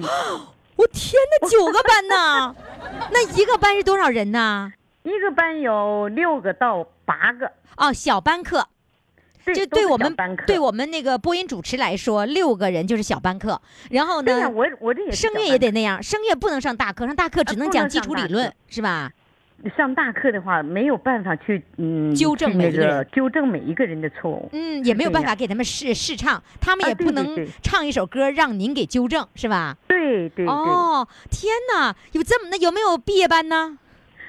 S3: 我天哪，九个班呢？那一个班是多少人呢？
S12: 一个班有六个到八个，
S3: 哦，小班课。
S12: 对
S3: 就
S12: 都是
S3: 对我
S12: 小
S3: 们
S12: 班课
S3: 对我们那个播音主持来说，六个人就是小班课。然后
S12: 对
S3: 呢
S12: 呀、，我我这也是
S3: 声
S12: 小
S3: 乐
S12: 班
S3: 也得那样，声乐不能上大课，上大课只
S12: 呃
S3: 能
S12: 不
S3: 讲
S12: 能
S3: 基
S12: 上
S3: 础
S12: 大
S3: 理
S12: 课
S3: 论，是吧？
S12: 上大课的话，没有办法去嗯
S3: 纠正
S12: 去
S3: 每
S12: 那
S3: 一个人
S12: 纠正每一个人的错误。
S3: 嗯，也没有
S12: 对
S3: 办
S12: 呀
S3: 法给他们试试唱，他们
S12: 啊
S3: 也
S12: 对
S3: 不
S12: 对
S3: 能
S12: 对
S3: 唱一首歌让您给纠正，是吧？
S12: 对对对，
S3: 哦，天哪，有这么那有没有毕业班呢？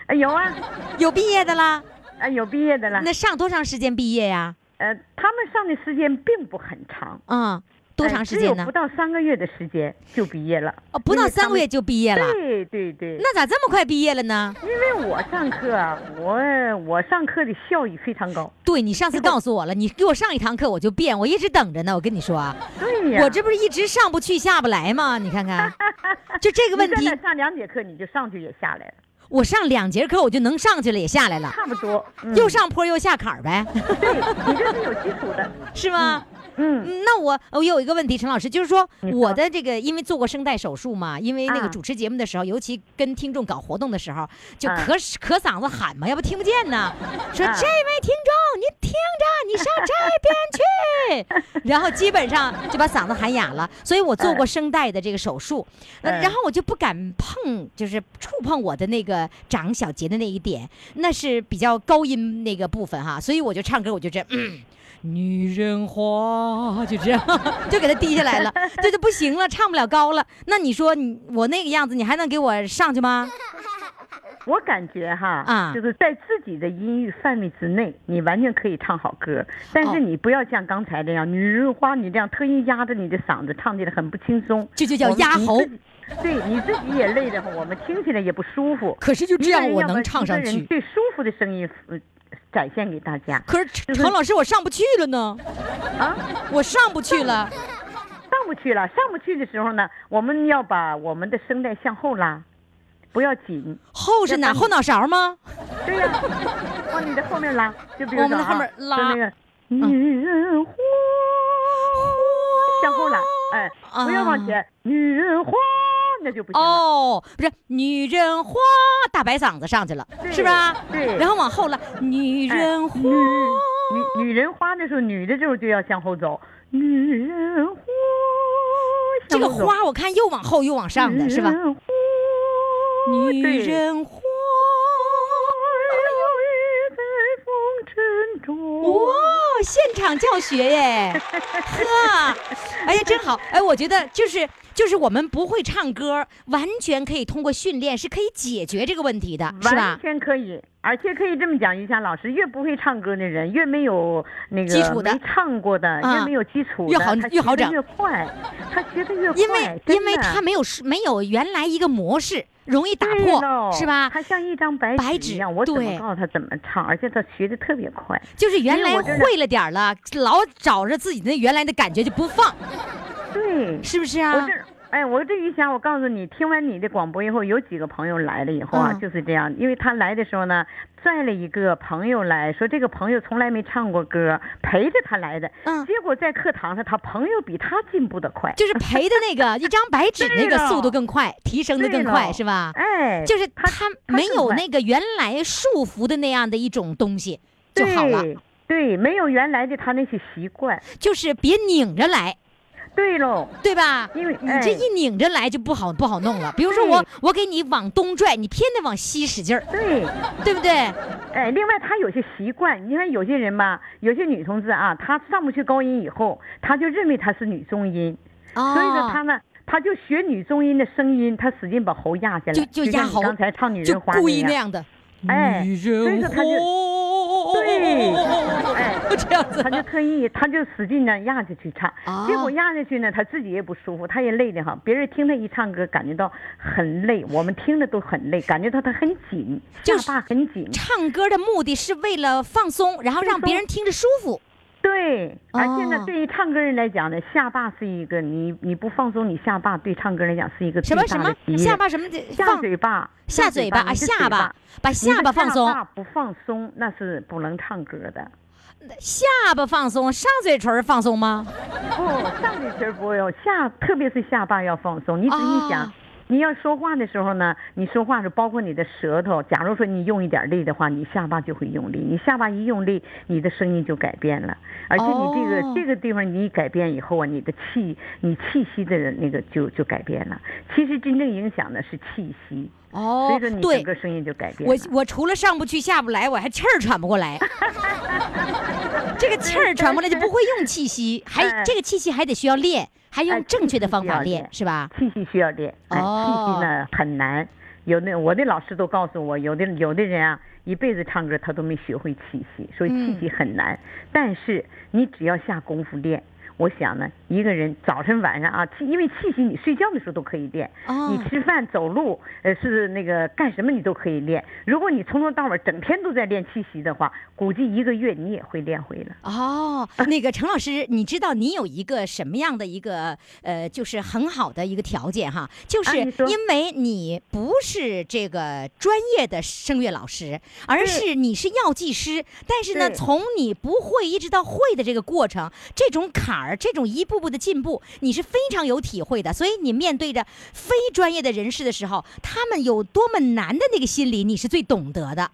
S12: 啊有啊
S3: 有毕业的啦，
S12: 啊有毕业的了。
S3: 那上多长时间毕业呀？
S12: 呃，他们上的时间并不很长，
S3: 嗯，多
S12: 呃
S3: 长时
S12: 只有
S3: 间呢
S12: 不？到三个月的时间就毕业了。
S3: 哦，不
S12: 因
S3: 到
S12: 为他
S3: 三个
S12: 们
S3: 月就毕业了，
S12: 对对对，
S3: 那咋这么快毕业了呢？
S12: 因为我上课啊，我我上课的效益非常高。
S3: 对你上次告诉我了，你给我上一堂课我就变，我一直等着呢。我跟你说啊，
S12: 对呀，
S3: 我这不是一直上不去下不来吗？你看看，就这个
S12: 你
S3: 问
S12: 在
S3: 题
S12: 那，上两节课，你就上去也下来了，
S3: 我上两节课我就能上去了，也下来了，
S12: 差不多。嗯、
S3: 又上坡又下坎儿呗，
S12: 对，你这是有基础的。
S3: 是吗？
S12: 嗯，
S3: 嗯那我我有一个问题，陈老师，就是说
S12: 你说
S3: 我的这个，因为做过声带手术嘛，因为那个
S12: 啊
S3: 主持节目的时候，尤其跟听众搞活动的时候，就
S12: 啊
S3: 咳咳嗓子喊嘛，要不听不见呢。说
S12: 啊
S3: 这位听众，您听着，你上这边去， 然后基本上就把嗓子喊哑了。所以我做过声带的这个手术，那
S12: 嗯
S3: 然后我就不敢碰，就是触碰我的那个长小节的那一点，那是比较高音那个部分哈，所以我就唱歌，我就这样，嗯，女人花就这样， 就给它低下来了，这就不行了，唱不了高了。那你说你我那个样子，你还能给我上去吗？
S12: 我感觉哈，
S3: 啊
S12: 就是在自己的音域范围之内，你完全可以唱好歌，但
S3: 哦
S12: 是你不要像刚才这样，女人花你这样特意压着你的嗓子，唱起来很不轻松，
S3: 这就叫
S12: 我们
S3: 压喉
S12: 你自己对你自己也累得慌，我们听起来也不舒服。
S3: 可是就这样
S12: 一个人
S3: 我
S12: 要把
S3: 能唱
S12: 一个
S3: 上
S12: 人
S3: 去
S12: 最舒服的声音、呃展现给大家。
S3: 可是陈
S12: 就是
S3: 陈老师，我上不去了呢，
S12: 啊，
S3: 我上不去了。
S12: 上不去了，上不去的时候呢，我们要把我们的声带向后拉，不要紧。
S3: 后是哪？后脑勺吗？
S12: 对呀、往你的后面拉，就比如
S3: 往我
S12: 说
S3: 们的
S12: 啊，
S3: 后面拉嗯
S12: 就那个女人花， 向后拉，哎，不要往
S3: 啊
S12: 前，女人花，那就不行了。
S3: 哦，不是，女人花大白嗓子上去了，
S12: 对
S3: 是嗯吧？
S12: 对
S3: 然后往后了，女
S12: 哎
S3: 人花。
S12: 女女女人花的时候，女的时候就要向后走，女人花，
S3: 这个
S12: 向后走
S3: 花我看又往后又往上的是吧
S12: 女？人花
S3: 女
S12: 对
S3: 人花，哎
S12: 儿在风尘中。
S3: 哇，现场教学耶！呵，哎呀，真好！哎，我觉得就是就是我们不会唱歌，完全可以通过训练是可以解决这个问题的，是吧
S12: 完？全可以，而且可以这么讲，于霞老师越不会唱歌的人，越没有那个
S3: 基础的
S12: 没唱过的，
S3: 啊
S12: 越没有基础的，
S3: 越好
S12: 他
S3: 越好
S12: 学得
S3: 整
S12: 越快，他学的越快，
S3: 因为
S12: 真
S3: 因为
S12: 的
S3: 他没有没有原来一个模式，容易打
S12: 对
S3: 破，
S12: 喽
S3: 是吧？
S12: 他像一张白
S3: 白
S12: 纸
S3: 纸
S12: 一样，我怎么
S3: 对
S12: 告诉他怎么唱，而且他学的特别快，
S3: 就是原
S12: 因为
S3: 来
S12: 我真的
S3: 会了点儿了，老找着自己那原来的感觉就不放，
S12: 对，
S3: 是不是
S12: 我
S3: 啊
S12: 这？哎，我这一想，我告诉你，听完你的广播以后，有几个朋友来了以后啊，
S3: 嗯
S12: 就是这样，因为他来的时候呢，拽了一个朋友来说，这个朋友从来没唱过歌，陪着他来的，
S3: 嗯
S12: 结果在课堂上，他朋友比他进步的快，
S3: 就是陪的那个一张白纸那个
S12: 对了
S3: 速度更快，提升的更
S12: 对
S3: 快，
S12: 了
S3: 是吧？
S12: 哎
S3: 就是
S12: 他
S3: 他
S12: 他
S3: 没
S12: 更
S3: 有
S12: 快
S3: 那个原来束缚的那样的一种东西就好了，
S12: 对对，没有原来的他那些习惯，
S3: 就是别拧着来。
S12: 对喽，
S3: 对吧？
S12: 因为
S3: 你
S12: 哎
S3: 这一拧着来就不好不好弄了。比如说我
S12: 对
S3: 我给你往东拽，你偏得往西使劲儿，
S12: 对，
S3: 对不对？
S12: 哎，另外他有些习惯，你看有些人吧，有些女同志啊，她上不去高音以后，她就认为她是女中音，
S3: 哦
S12: 所以说她呢，她就学女中音的声音，她使劲把喉压下来，
S3: 就就压
S12: 像你
S3: 喉
S12: 刚才唱《女
S3: 就
S12: 人花》
S3: 故意
S12: 那
S3: 那样的。
S12: 哎，
S3: 女
S12: 所以
S3: 人
S12: 说她就对，哎，
S3: 这样子，
S12: 她就特 意，她就使劲的压下去唱，
S3: 哦
S12: 结果压下去呢，她自己也不舒服，她也累得很，别人听她一唱歌感觉到很累，我们听着都很累，感觉到她很紧，下巴很紧，
S3: 唱歌的目的是为了放松，然后让别人听着舒服。
S12: 对，而且呢
S3: 哦，
S12: 对于唱歌人来讲呢，下巴是一个你你不放松你下巴，对唱歌人来讲是一个
S3: 什
S12: 最
S3: 么
S12: 大
S3: 什
S12: 的
S3: 么
S12: 敌人
S3: 下巴什么的
S12: 下
S3: 放
S12: 嘴巴
S3: 下嘴巴啊
S12: 你的
S3: 下巴把
S12: 你
S3: 下
S12: 的
S3: 巴放松
S12: 下巴不放松那是不能唱歌的。
S3: 下巴放松，上嘴唇放松吗？
S12: 不，
S3: 哦
S12: 上嘴唇不用，下特别是下巴要放松。你仔细想。
S3: 哦
S12: 你要说话的时候呢，你说话是包括你的舌头。假如说你用一点力的话，你下巴就会用力。你下巴一用力，你的声音就改变了。而且你这个、
S3: 哦
S12: 这个地方你一改变以后啊，你的气你气息的那个就就改变了。其实真正影响的是气息，所
S3: 哦
S12: 以说，你整
S3: 对，
S12: 个声音就改变了
S3: 我。我除了上不去下不来，我还气儿喘不过 来。这个气儿喘不过来就不会用气息，还
S12: 哎
S3: 这个气息还得需要练，还用
S12: 哎
S3: 正确的方
S12: 气息
S3: 法
S12: 要
S3: 练
S12: 练，
S3: 是吧？
S12: 气息需要练，哎，气
S3: 哦
S12: 息呢很难。有的我的老师都告诉我，有的有的人啊，一辈子唱歌他都没学会气息，所以气息很难。但是你只要下功夫练，我想呢，一个人早晨晚上啊，气因为气息你睡觉的时候都可以练，
S3: 哦
S12: 你吃饭走路呃是那个干什么你都可以练。如果你从头到尾整天都在练气息的话，估计一个月你也会练会了。
S3: 哦，那个陈老师，你知道你有一个什么样的一个呃，就是很好的一个条件哈，就是
S12: 啊你说
S3: 因为你不是这个专业的声乐老师，而是你是药剂师，但是呢，
S12: 对
S3: 从你不会一直到会的这个过程，这种坎儿，这种一步步的进步，你是非常有体会的。所以你面对着非专业的人士的时候，他们有多么难的那个心理，你是最懂得的，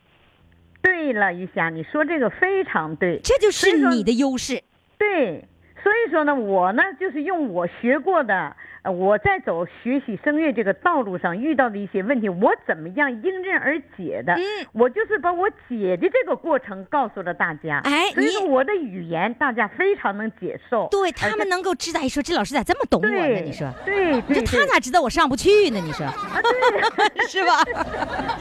S12: 对了，一霞，你说这个非常对。
S3: 这就
S12: 所以
S3: 是
S12: 说
S3: 你的优势。
S12: 对，所以说呢，我呢就是用我学过的，呃我在走学习声乐这个道路上遇到的一些问题，我怎么样迎刃而解的。
S3: 嗯，
S12: 我就是把我解的这个过程告诉了大家。
S3: 哎
S12: 所以
S3: 你
S12: 说我的语言大家非常能接受。
S3: 对
S12: 而
S3: 他
S12: 且
S3: 们能够知道，哎，说这老师咋这么懂我呢？
S12: 对，
S3: 你说，
S12: 对
S3: 你
S12: 对啊
S3: 说他
S12: 对
S3: 咋知道我上不去呢？你说， 是吧？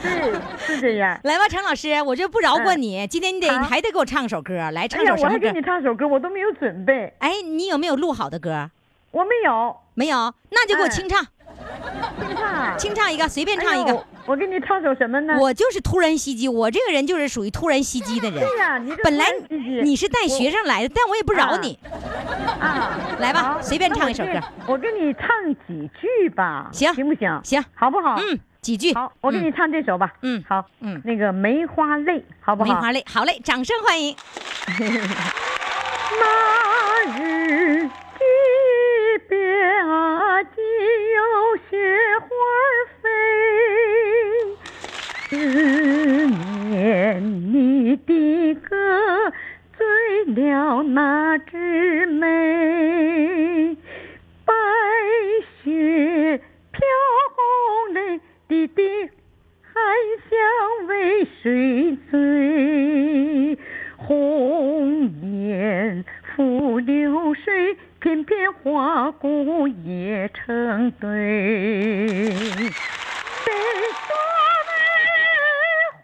S12: 对，是这样。
S3: 来吧，常老师，我就不饶过
S12: 嗯
S3: 你，今天你得
S12: 好
S3: 你还得给我唱首歌，来
S12: 哎
S3: 唱
S12: 呀
S3: 首，
S12: 我
S3: 什
S12: 还
S3: 么
S12: 给
S3: 歌
S12: 你？唱首歌，我都没有准备，
S3: 哎，你有没有录好的歌？
S12: 我没有。
S3: 没有，那就给我
S12: 嗯
S3: 清唱，
S12: 清唱，
S3: 清唱一个，随便
S12: 哎
S3: 唱一个
S12: 呦。。我给你唱首什么呢？
S3: 我就是突然袭击，我这个人就是属于突然袭击的人。
S12: 对呀你这
S3: 本来
S12: 突然袭击
S3: 你是带学生来的，但我也不饶
S12: 啊
S3: 你。
S12: 啊，
S3: 来吧
S12: 好
S3: 随便
S12: 那
S3: 唱
S12: 我
S3: 一首
S12: 给
S3: 歌
S12: 我给你唱几句吧，
S3: 行
S12: 行不行？
S3: 行
S12: 好不好？
S3: 嗯，，几句。
S12: 好，我给
S3: 嗯
S12: 你唱这首吧。
S3: 嗯
S12: 好，
S3: 嗯
S12: 那个梅花泪，好不
S3: 梅
S12: 好？
S3: 花泪，好嘞，掌声欢迎。
S12: 那日记边记有雪花飞，思念你的歌醉了那枝梅，白雪飘红泪滴滴。含香为谁醉？红颜付流水，片片花骨也成堆。谁说梅花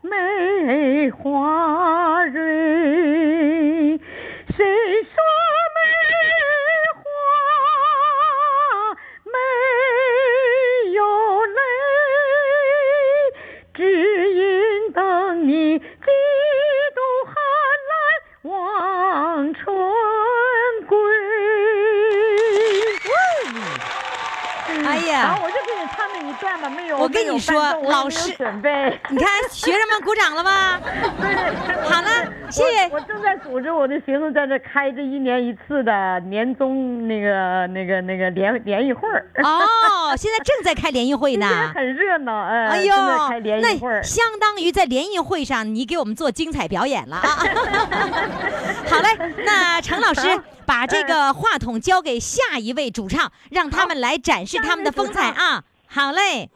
S12: 梅花蕊，谁说梅花没有泪？只因当你几度寒来望春归。
S3: 哎呀
S12: 好我就给你唱那一段吧，没有。
S3: 我跟
S12: 没有
S3: 你说
S12: 伴奏，我也
S3: 老
S12: 没有
S3: 师
S12: 准备，
S3: 你看学生们鼓掌 了吗？好了，谢谢。
S12: 我正在组织我的学生在这开这一年一次的年终那个那个那个联联谊会儿。
S3: 哦，现在正在开联谊会呢
S12: 今天，很热闹，哎，
S3: 哎呦
S12: 正在开，联谊会
S3: 那
S12: 儿。
S3: 相当于在联谊会上你给我们做精彩 表演了 啊！好嘞，那程老师把这个话筒交给下一位主唱，让他们来展示他们的风
S12: 呃
S3: 采啊！好嘞，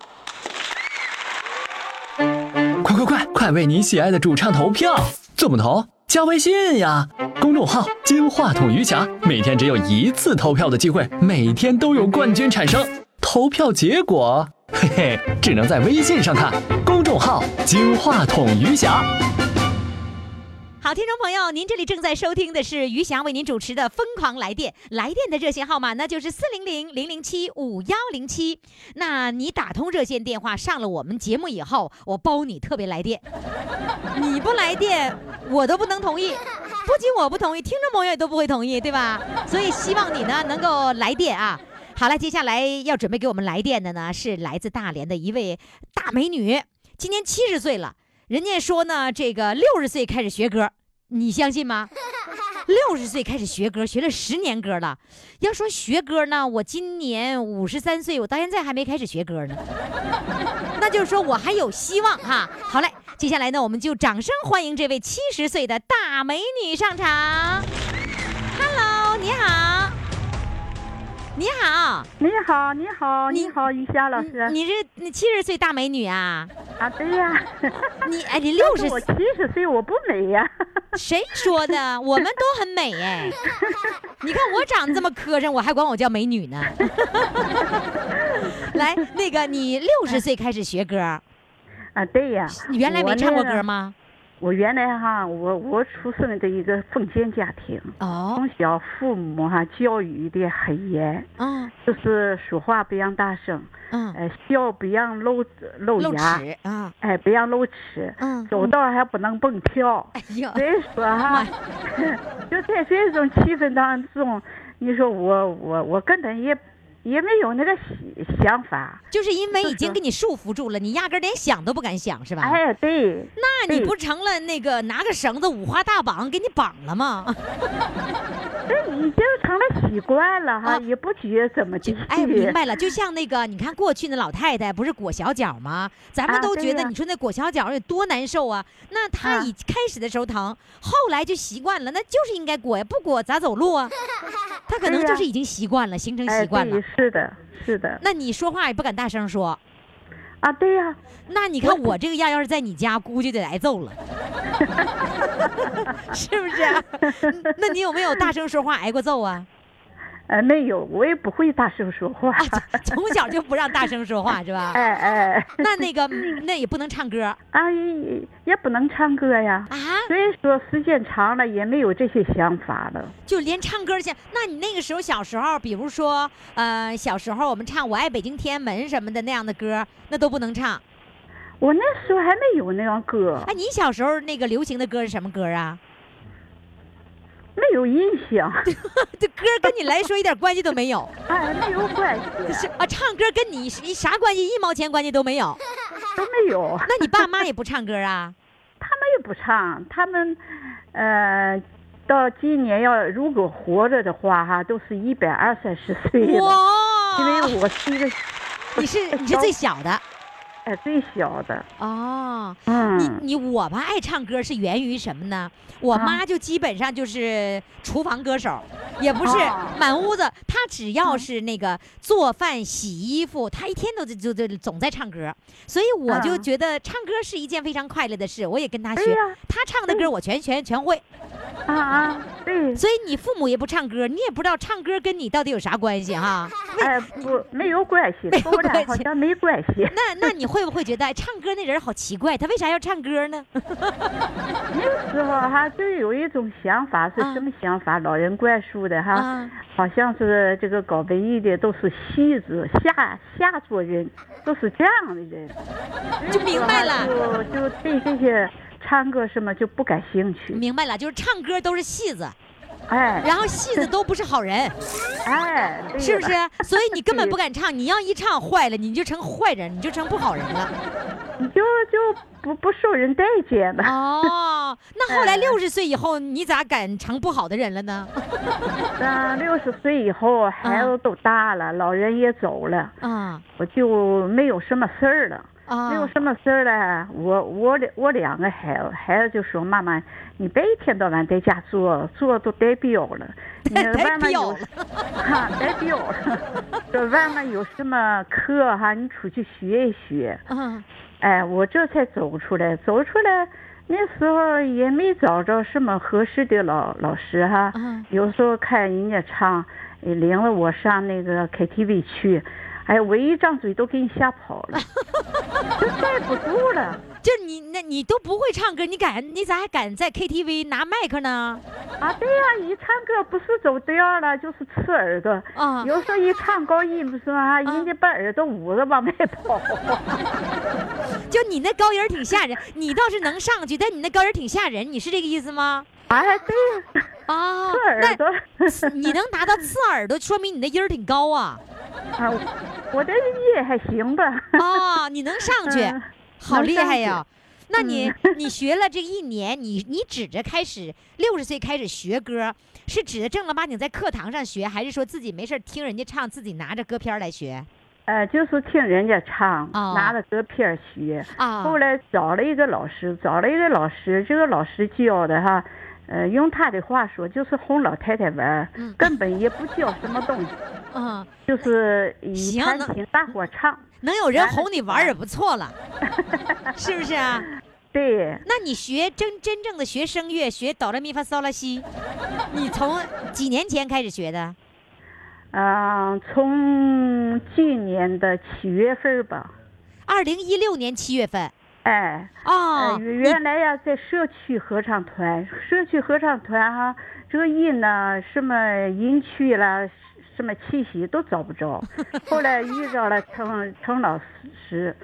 S6: 快快快，快为你喜爱的主唱投票！怎么投？加微信呀，公众号“金话筒余霞”，每天只有一次投票的机会，每天都有冠军产生。投票结果，嘿嘿，只能在微信上看。公众号“金话筒余霞”。
S3: 好，听众朋友，您这里正在收听的是于翔为您主持的《疯狂来电》，来电的热线号码呢就是四零零零零七五幺零七。那你打通热线电话上了我们节目以后，我包你特别来电，你不来电我都不能同意，不仅我不同意，听众朋友也都不会同意，对吧？所以希望你呢能够来电啊。好了，接下来要准备给我们来电的呢是来自大连的一位大美女，今年七十岁了。人家说呢，这个六十岁开始学歌，你相信吗？六十岁开始学歌，学了十年歌了。要说学歌呢，我今年五十三岁，我到现在还没开始学歌呢。 那就是说我还有希望哈。好嘞，接下来呢，我们就掌声欢迎这位七十岁的大美女上场。Hello，你好。你好，
S13: 你好，你好，你好，于霞老师，
S12: 嗯
S3: 你是你七十岁大美女啊？
S13: 啊，对呀、
S3: 你哎，你六十，
S13: 我七十岁，我不美呀、
S3: 谁 说的？我们都很美哎！你看我长得这么磕碜，我还管我叫美女 呢。来，那个你六十岁开始学歌，
S13: 啊，对呀、
S3: 你原来没
S13: 我呢
S3: 唱过歌吗？
S13: 我原来哈，我我出生的一个封建家庭，
S3: 哦，
S13: 从小父母哈教育的很严，
S3: 嗯，
S13: 就是说话不让大声，
S3: 嗯，
S13: 呃，笑不让露露
S3: 露
S13: 牙，
S3: 齿啊，
S13: 哎，不让露齿，
S3: 嗯
S13: 走道还不能蹦跳，
S3: 哎呦，
S13: 所以说哈，就在这种气氛当中，你说我我我根本也也没有那个想想法，
S3: 就是因为已经给你束缚住了，你压根儿连想都不敢想是吧？
S13: 哎，对，
S3: 那你不成了那个拿个绳子五花大绑给你绑了吗？
S13: 这已经成了习惯了哈，也不觉怎么 地。
S3: 啊哎，明白了，就像那个，你看过去那老太太不是裹小脚吗？咱们
S13: 啊
S3: 都
S13: 对
S3: 觉得
S13: 呀
S3: 你说那裹小脚有多难受啊。那她
S13: 啊
S3: 一开始的时候疼，后来就习惯了，那就是应该裹呀，不裹咋 走路啊？她可能
S13: 对呀
S3: 就是已经习惯了，形成
S13: 啊哎，
S3: 习惯了
S13: 对。是的，是的。
S3: 那你说话也不敢大声说。
S13: 啊，对呀、
S3: 那你看我这个样，要是在你家，估计得挨揍了， 是不 是啊、那你有没有大声说话挨过揍啊？
S13: 呃，没有，我也不会大声说话。
S3: 从小就不让大声说话是吧？
S13: 哎哎，
S3: 那那个嗯那也不能唱歌。
S13: 啊，也也不能唱歌呀。
S3: 啊，
S13: 所以说时间长了也没有这些想法了。
S3: 就连唱歌去。那你那个时候小时候，比如说，呃，小时候我们唱《我爱北京天安门》什么的那样的歌，那都不能唱。
S13: 啊我那时候还没有那样歌，
S3: 哎，你小时候那个流行的歌是什么歌啊？
S13: 没有印象。
S3: 这歌跟你来说一点关系都没 有。
S13: 哎，没有 关系，
S3: 是啊，唱歌跟你是啥关系？一毛钱关系都没有。
S13: 都没有。
S3: 那你爸妈也不唱歌啊？
S13: 他们也不唱，他们，呃，到今年要如果活着的话哈，都是一百二三十岁了。
S3: 哇
S13: 因为我是一个，
S3: 你是你是最小 的
S13: 哎，最小的。
S3: 哦，
S13: 嗯
S3: 你你我吧爱唱歌是源于什么呢？我
S13: 啊
S3: 妈就基本上就是厨房歌手，也不是
S13: 哦嗯
S3: 满屋子，她只要是那个做饭、洗衣服，她一天都就就就总在唱歌，所以我就
S13: 啊
S3: 觉得唱歌是一件非常快乐的事，我也跟她
S13: 对
S3: 学
S13: 哎呀，嗯
S3: 她唱的歌我全全全会。
S13: 啊啊，对。
S3: 所以你父母也不唱歌，你也不知道唱歌跟你 到底有啥关系哈？
S13: 哎，不，没有关系，
S3: 没有
S13: 跟我俩
S3: 关
S13: 好
S3: 系
S13: 像没关系。
S3: 那那你会会不会觉得哎唱歌那人好奇怪，他为啥要唱歌呢？
S13: 时候哈，就有一种想法是什么想法？老人灌输的哈，
S3: 啊
S13: 好像是这个搞文艺的都是戏子、下下作人，都是这样的人。
S3: 就明白了
S13: 就就对这些唱歌什么就不感兴趣。
S3: 明白了，就是唱歌都是戏子，
S13: 哎，
S3: 然后戏子都不是 好人，
S13: 哎，对
S3: 是不是
S13: 了？
S3: 所以你根本不敢唱，你要一唱坏了，你就成坏人，你就成不好人了。
S13: 你就就不不受人待见吧？
S3: 哦，那
S13: 哎
S3: 后来六十岁以后，你咋敢成不好的人 了呢？
S13: 那啊六十岁以后，孩子都大了，老人也走了，
S3: 啊
S13: 我就没有什么事儿了。
S3: 啊
S13: 没有什么事儿了，我我两我两个孩子，孩子就说妈妈，你别一天到晚在家坐坐都呆表 了，你外面有，哈呆表 了，这外面有什么课哈，你出去学一学。
S3: 嗯，
S13: 哎，我这才走出来，走出来那时候也没找着什么合适的老老师哈，
S3: 嗯
S13: 有时候看人家唱，也领了我上那个 KTV 去，哎，我一张嘴都给你吓跑 了。耐不住了。
S3: 就是你那，你都不会唱歌，你敢，你咋还敢在 KTV 拿麦克呢？
S13: 啊，对呀、一唱歌不是走调了，就是刺耳朵。
S3: 啊
S13: 有时候一唱高音不是啊，
S3: 嗯
S13: 人家把耳朵捂着往外 跑。
S3: 就你那高音儿挺吓人，你倒是能上去，但你那高音儿挺吓人，你是这个意思吗？
S13: 哎，对呀、
S3: 啊，
S13: 刺耳朵
S3: 那你能达到刺耳朵，说明你的音儿挺高啊。
S13: 啊，我这音也还行吧。
S3: 啊，你能上去，
S13: 嗯
S3: 好
S13: 能
S3: 厉
S13: 上
S3: 害
S13: 去嗯
S3: 呀！那你、你学了这一年，你你指着开始六十岁开始学歌，是指着正儿八经在课堂上学，还是说自己没事儿听人家唱，自己拿着歌片儿 来学？
S13: 呃，就是听人家唱，
S3: 哦
S13: 拿着歌片儿学。
S3: 啊
S13: 后来找了一个老师，找了一个老师，这个老师教的哈，呃，用他的话说就是哄老太太玩儿，根本也不教什么东西，
S3: 嗯，
S13: 就是以
S3: 行
S13: 弹
S3: 能
S13: 琴大伙儿唱。
S3: 能有人哄你玩儿也不 错了，是不是啊？
S13: 对，
S3: 那你学真真正的学声乐，学哆来咪发嗦拉西，你从几年前开始学的？
S13: 嗯、从去年的七月份儿吧，
S3: 二零一六年七月份。
S13: 哎，
S3: 哦
S13: 呃，原来呀，在社区合唱团，社区合唱团哈、这个音呢，什么音区啦，什么气息都找不 着。后来遇着了程程老师，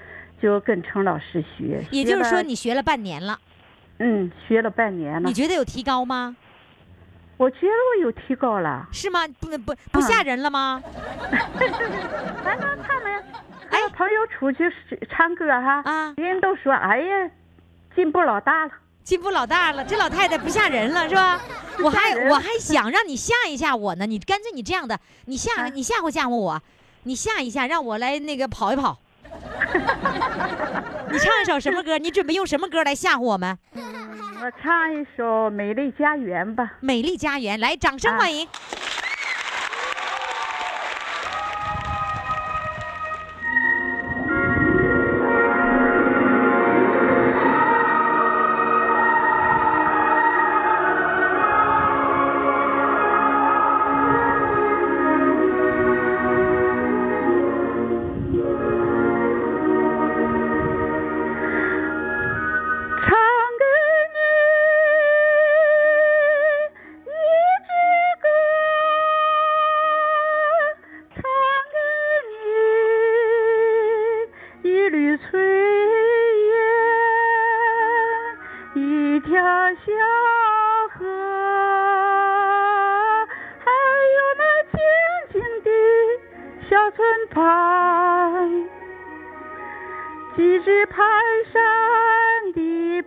S13: 就跟程老师学。
S3: 也就是
S13: 学
S3: 说
S13: 了
S3: 你学了半年了，
S13: 嗯，学了半年了。
S3: 你觉得有提高吗？
S13: 我觉得我有提高了。
S3: 是吗？不不不吓人了吗？
S13: 反正他们，哎，朋友出去是唱歌哈，
S3: 啊，
S13: 人都说，哎呀，进步老大了。
S3: 进步老大了，这老太太不吓人了是吧？我还我还想让你吓一吓我呢，你干脆你这样的，你吓你吓唬吓唬我，你吓一吓，让我来那个跑一跑。你唱一首什么歌？你准备用什么歌来吓唬我们？
S13: 我唱一首《美丽家园》吧。
S3: 美丽家园，来，掌声欢迎。
S13: 唱给你一支歌，唱给你一缕炊烟，一条小河，还有那静静的小村畔。几只蹒跚的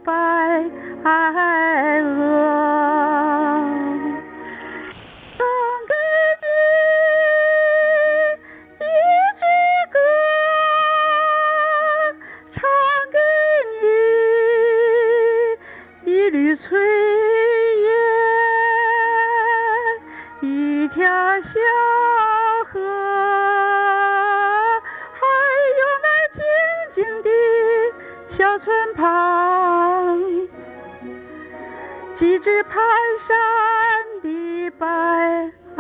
S13: 白鹅，唱给你一支歌，唱给你一缕炊烟，一条小河，还有那静静的小村旁。几只蹒跚的白鹅。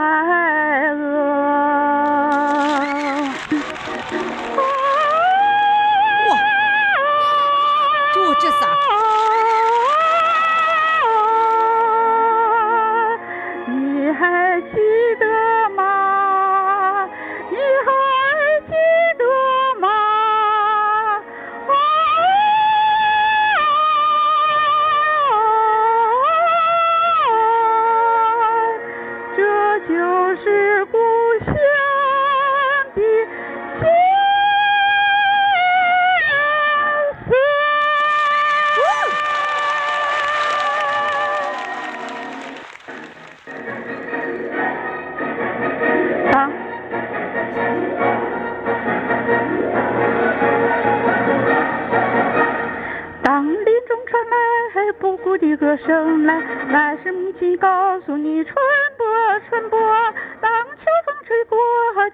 S3: 哇，
S14: 鼓的歌声来，来是母亲告诉你，春播春播，当秋风吹过，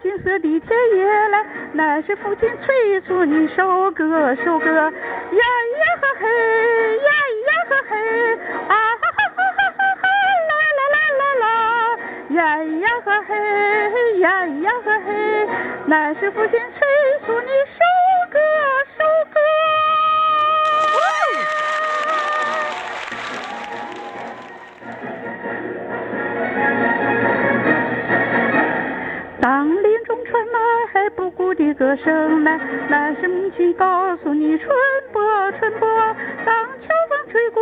S14: 金色的田野来，来是父亲催促你收割收割，呀咿呀呵嘿，呀咿呀呵嘿，啊哈哈哈哈哈哈，啦啦啦啦啦。呀咿呀呵嘿，呀咿呀呵嘿，那是父亲催促你收割，收割。当林中传来不顾的歌声来，那是母亲告诉你春播春播。当秋风吹过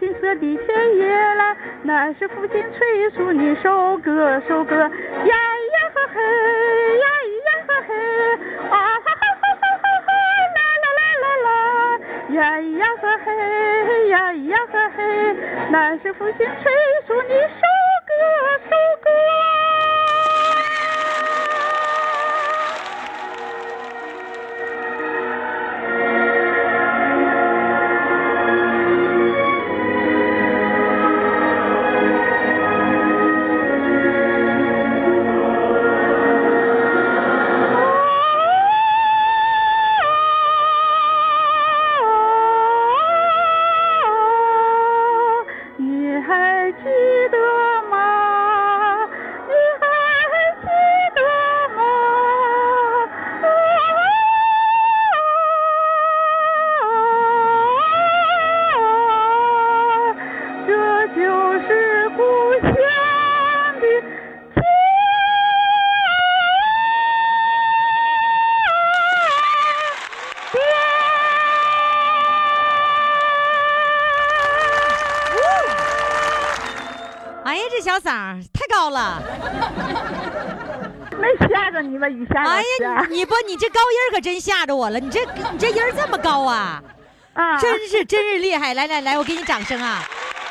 S14: 金色的田野来，那是父亲催促你收割收割。呀咿呀呵嘿，呀咿呀呵嘿，啊哈哈哈哈哈哈，啦啦啦啦啦。呀咿呀呵嘿，呀咿呀呵嘿，那是父亲催促你收割收割。你还记得吗？你还记得吗？啊，这就是故乡的。
S3: 哎呀，这小嗓儿太高了！
S14: 没吓着你吧，雨下
S3: 哎
S12: 啊
S3: 呀，你你不，你这高音儿可真吓着我了！你这你这音儿这么高啊，
S14: 啊，
S3: 真是真是厉害！来来来，我给你掌声啊！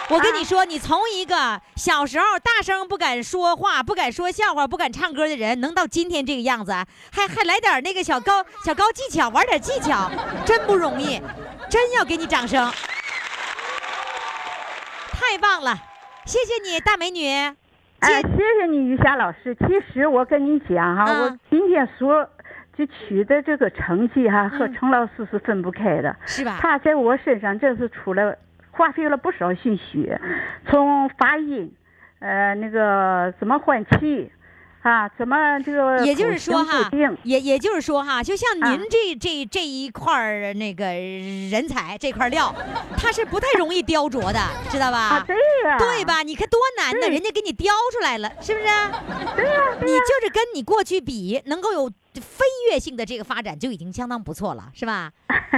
S3: 我跟你说，你从一个小时候大声不敢说话、不敢说笑话、不敢唱歌的人，能到今天这个样子啊，还还来点那个小高小高技巧，玩点技巧，真不容易，真要给你掌声！太棒了，谢谢你，大美女。
S14: 哎，谢谢你，于霞老师。其实我跟你讲哈、
S3: 嗯
S14: 我今天所就取得这个成绩
S3: 嗯
S14: 哈、和程老师是分不开的，
S3: 是吧
S14: 他在我身上真是出了花费了不少心血，
S3: 嗯
S14: 从发音，呃，那个怎么换气，啊，怎么这个
S3: 也就是
S14: 口
S3: 说
S14: 型
S3: 哈啊
S14: 固定，啊
S3: 也也就是说哈，就像您这、这这一块儿那个人才这块料，它是不太容易雕琢的，知道吧？
S14: 啊嗯对呀
S3: 对吧？你看多难呢，人家给你雕出来了，是不是？
S14: 啊
S3: 对呀、你就是跟你过去比，能够有飞跃性的这个发展，就已经相当不错了，是吧？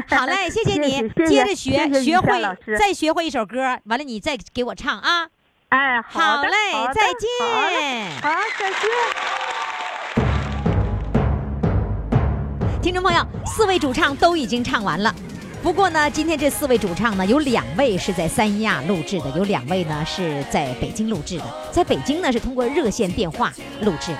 S3: 好嘞，谢你，
S14: 谢谢谢谢
S3: 接
S14: 谢
S3: 着学，
S14: 谢
S3: 学
S14: 于霞
S3: 会
S14: 老师
S3: 再学会一首歌，完了你再给我唱啊。
S14: 哎，
S3: 好
S14: 的
S3: 嘞，
S14: 好的
S3: 再
S14: 好嘞
S3: 见。
S14: 好，再见。
S3: 听众朋友，四位主唱都已经唱完了。不过呢，今天这四位主唱呢，有两位是在三亚录制的，有两位呢是在北京录制的。在北京呢是通过热线电话录制的。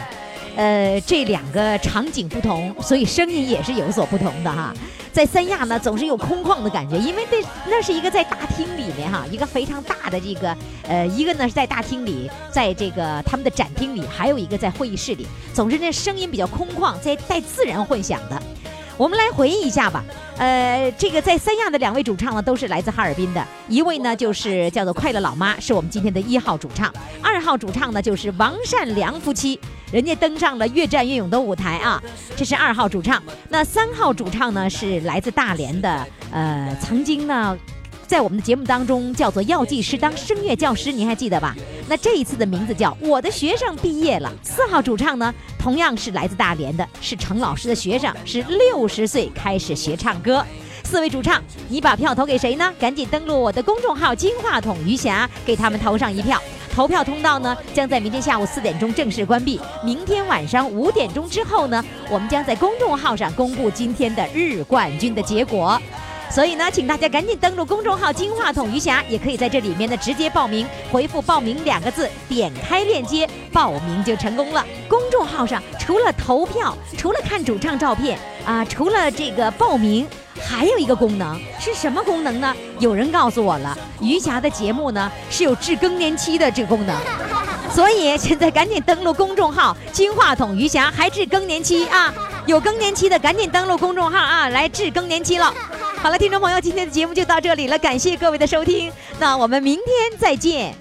S3: 呃，这两个场景不同，所以声音也是有所不同的哈。在三亚呢，总是有空旷的感觉，因为那那是一个在大厅里面哈，一个非常大的这个呃，一个呢是在大厅里，在这个他们的展厅里，还有一个在会议室里。总之，那声音比较空旷，在带自然混响的。我们来回忆一下吧。呃，这个在三亚的两位主唱呢，都是来自哈尔滨的。一位呢就是叫做快乐老妈，是我们今天的一号主唱。二号主唱呢就是王善良夫妻，人家登上了越战越勇的舞台啊，这是二号主唱。那三号主唱呢是来自大连的，呃，曾经呢。在我们的节目当中叫做“药剂师当声乐教师”，您还记得吧？那这一次的名字叫“我的学生毕业了”。四号主唱呢，同样是来自大连的，是程老师的学生，是六十岁开始学唱歌。四位主唱，你把票投给谁呢？赶紧登录我的公众号“金话筒余霞”，给他们投上一票。投票通道呢，将在明天下午四点钟正式关闭。明天晚上五点钟之后呢，我们将在公众号上公布今天的日冠军的结果。所以呢，请大家赶紧登录公众号“金话筒余霞”，也可以在这里面呢直接报名，回复“报名”两个字，点开链接报名就成功了。公众号上除了投票，除了看主唱照片啊、除了这个报名，还有一个功能是什么功能呢？有人告诉我了，余霞的节目呢是有治更年期的这个功能，所以现在赶紧登录公众号“金话筒余霞”，还治更年期啊！有更年期的赶紧登录公众号啊，来治更年期了。好了，听众朋友，今天的节目就到这里了，感谢各位的收听，那我们明天再见。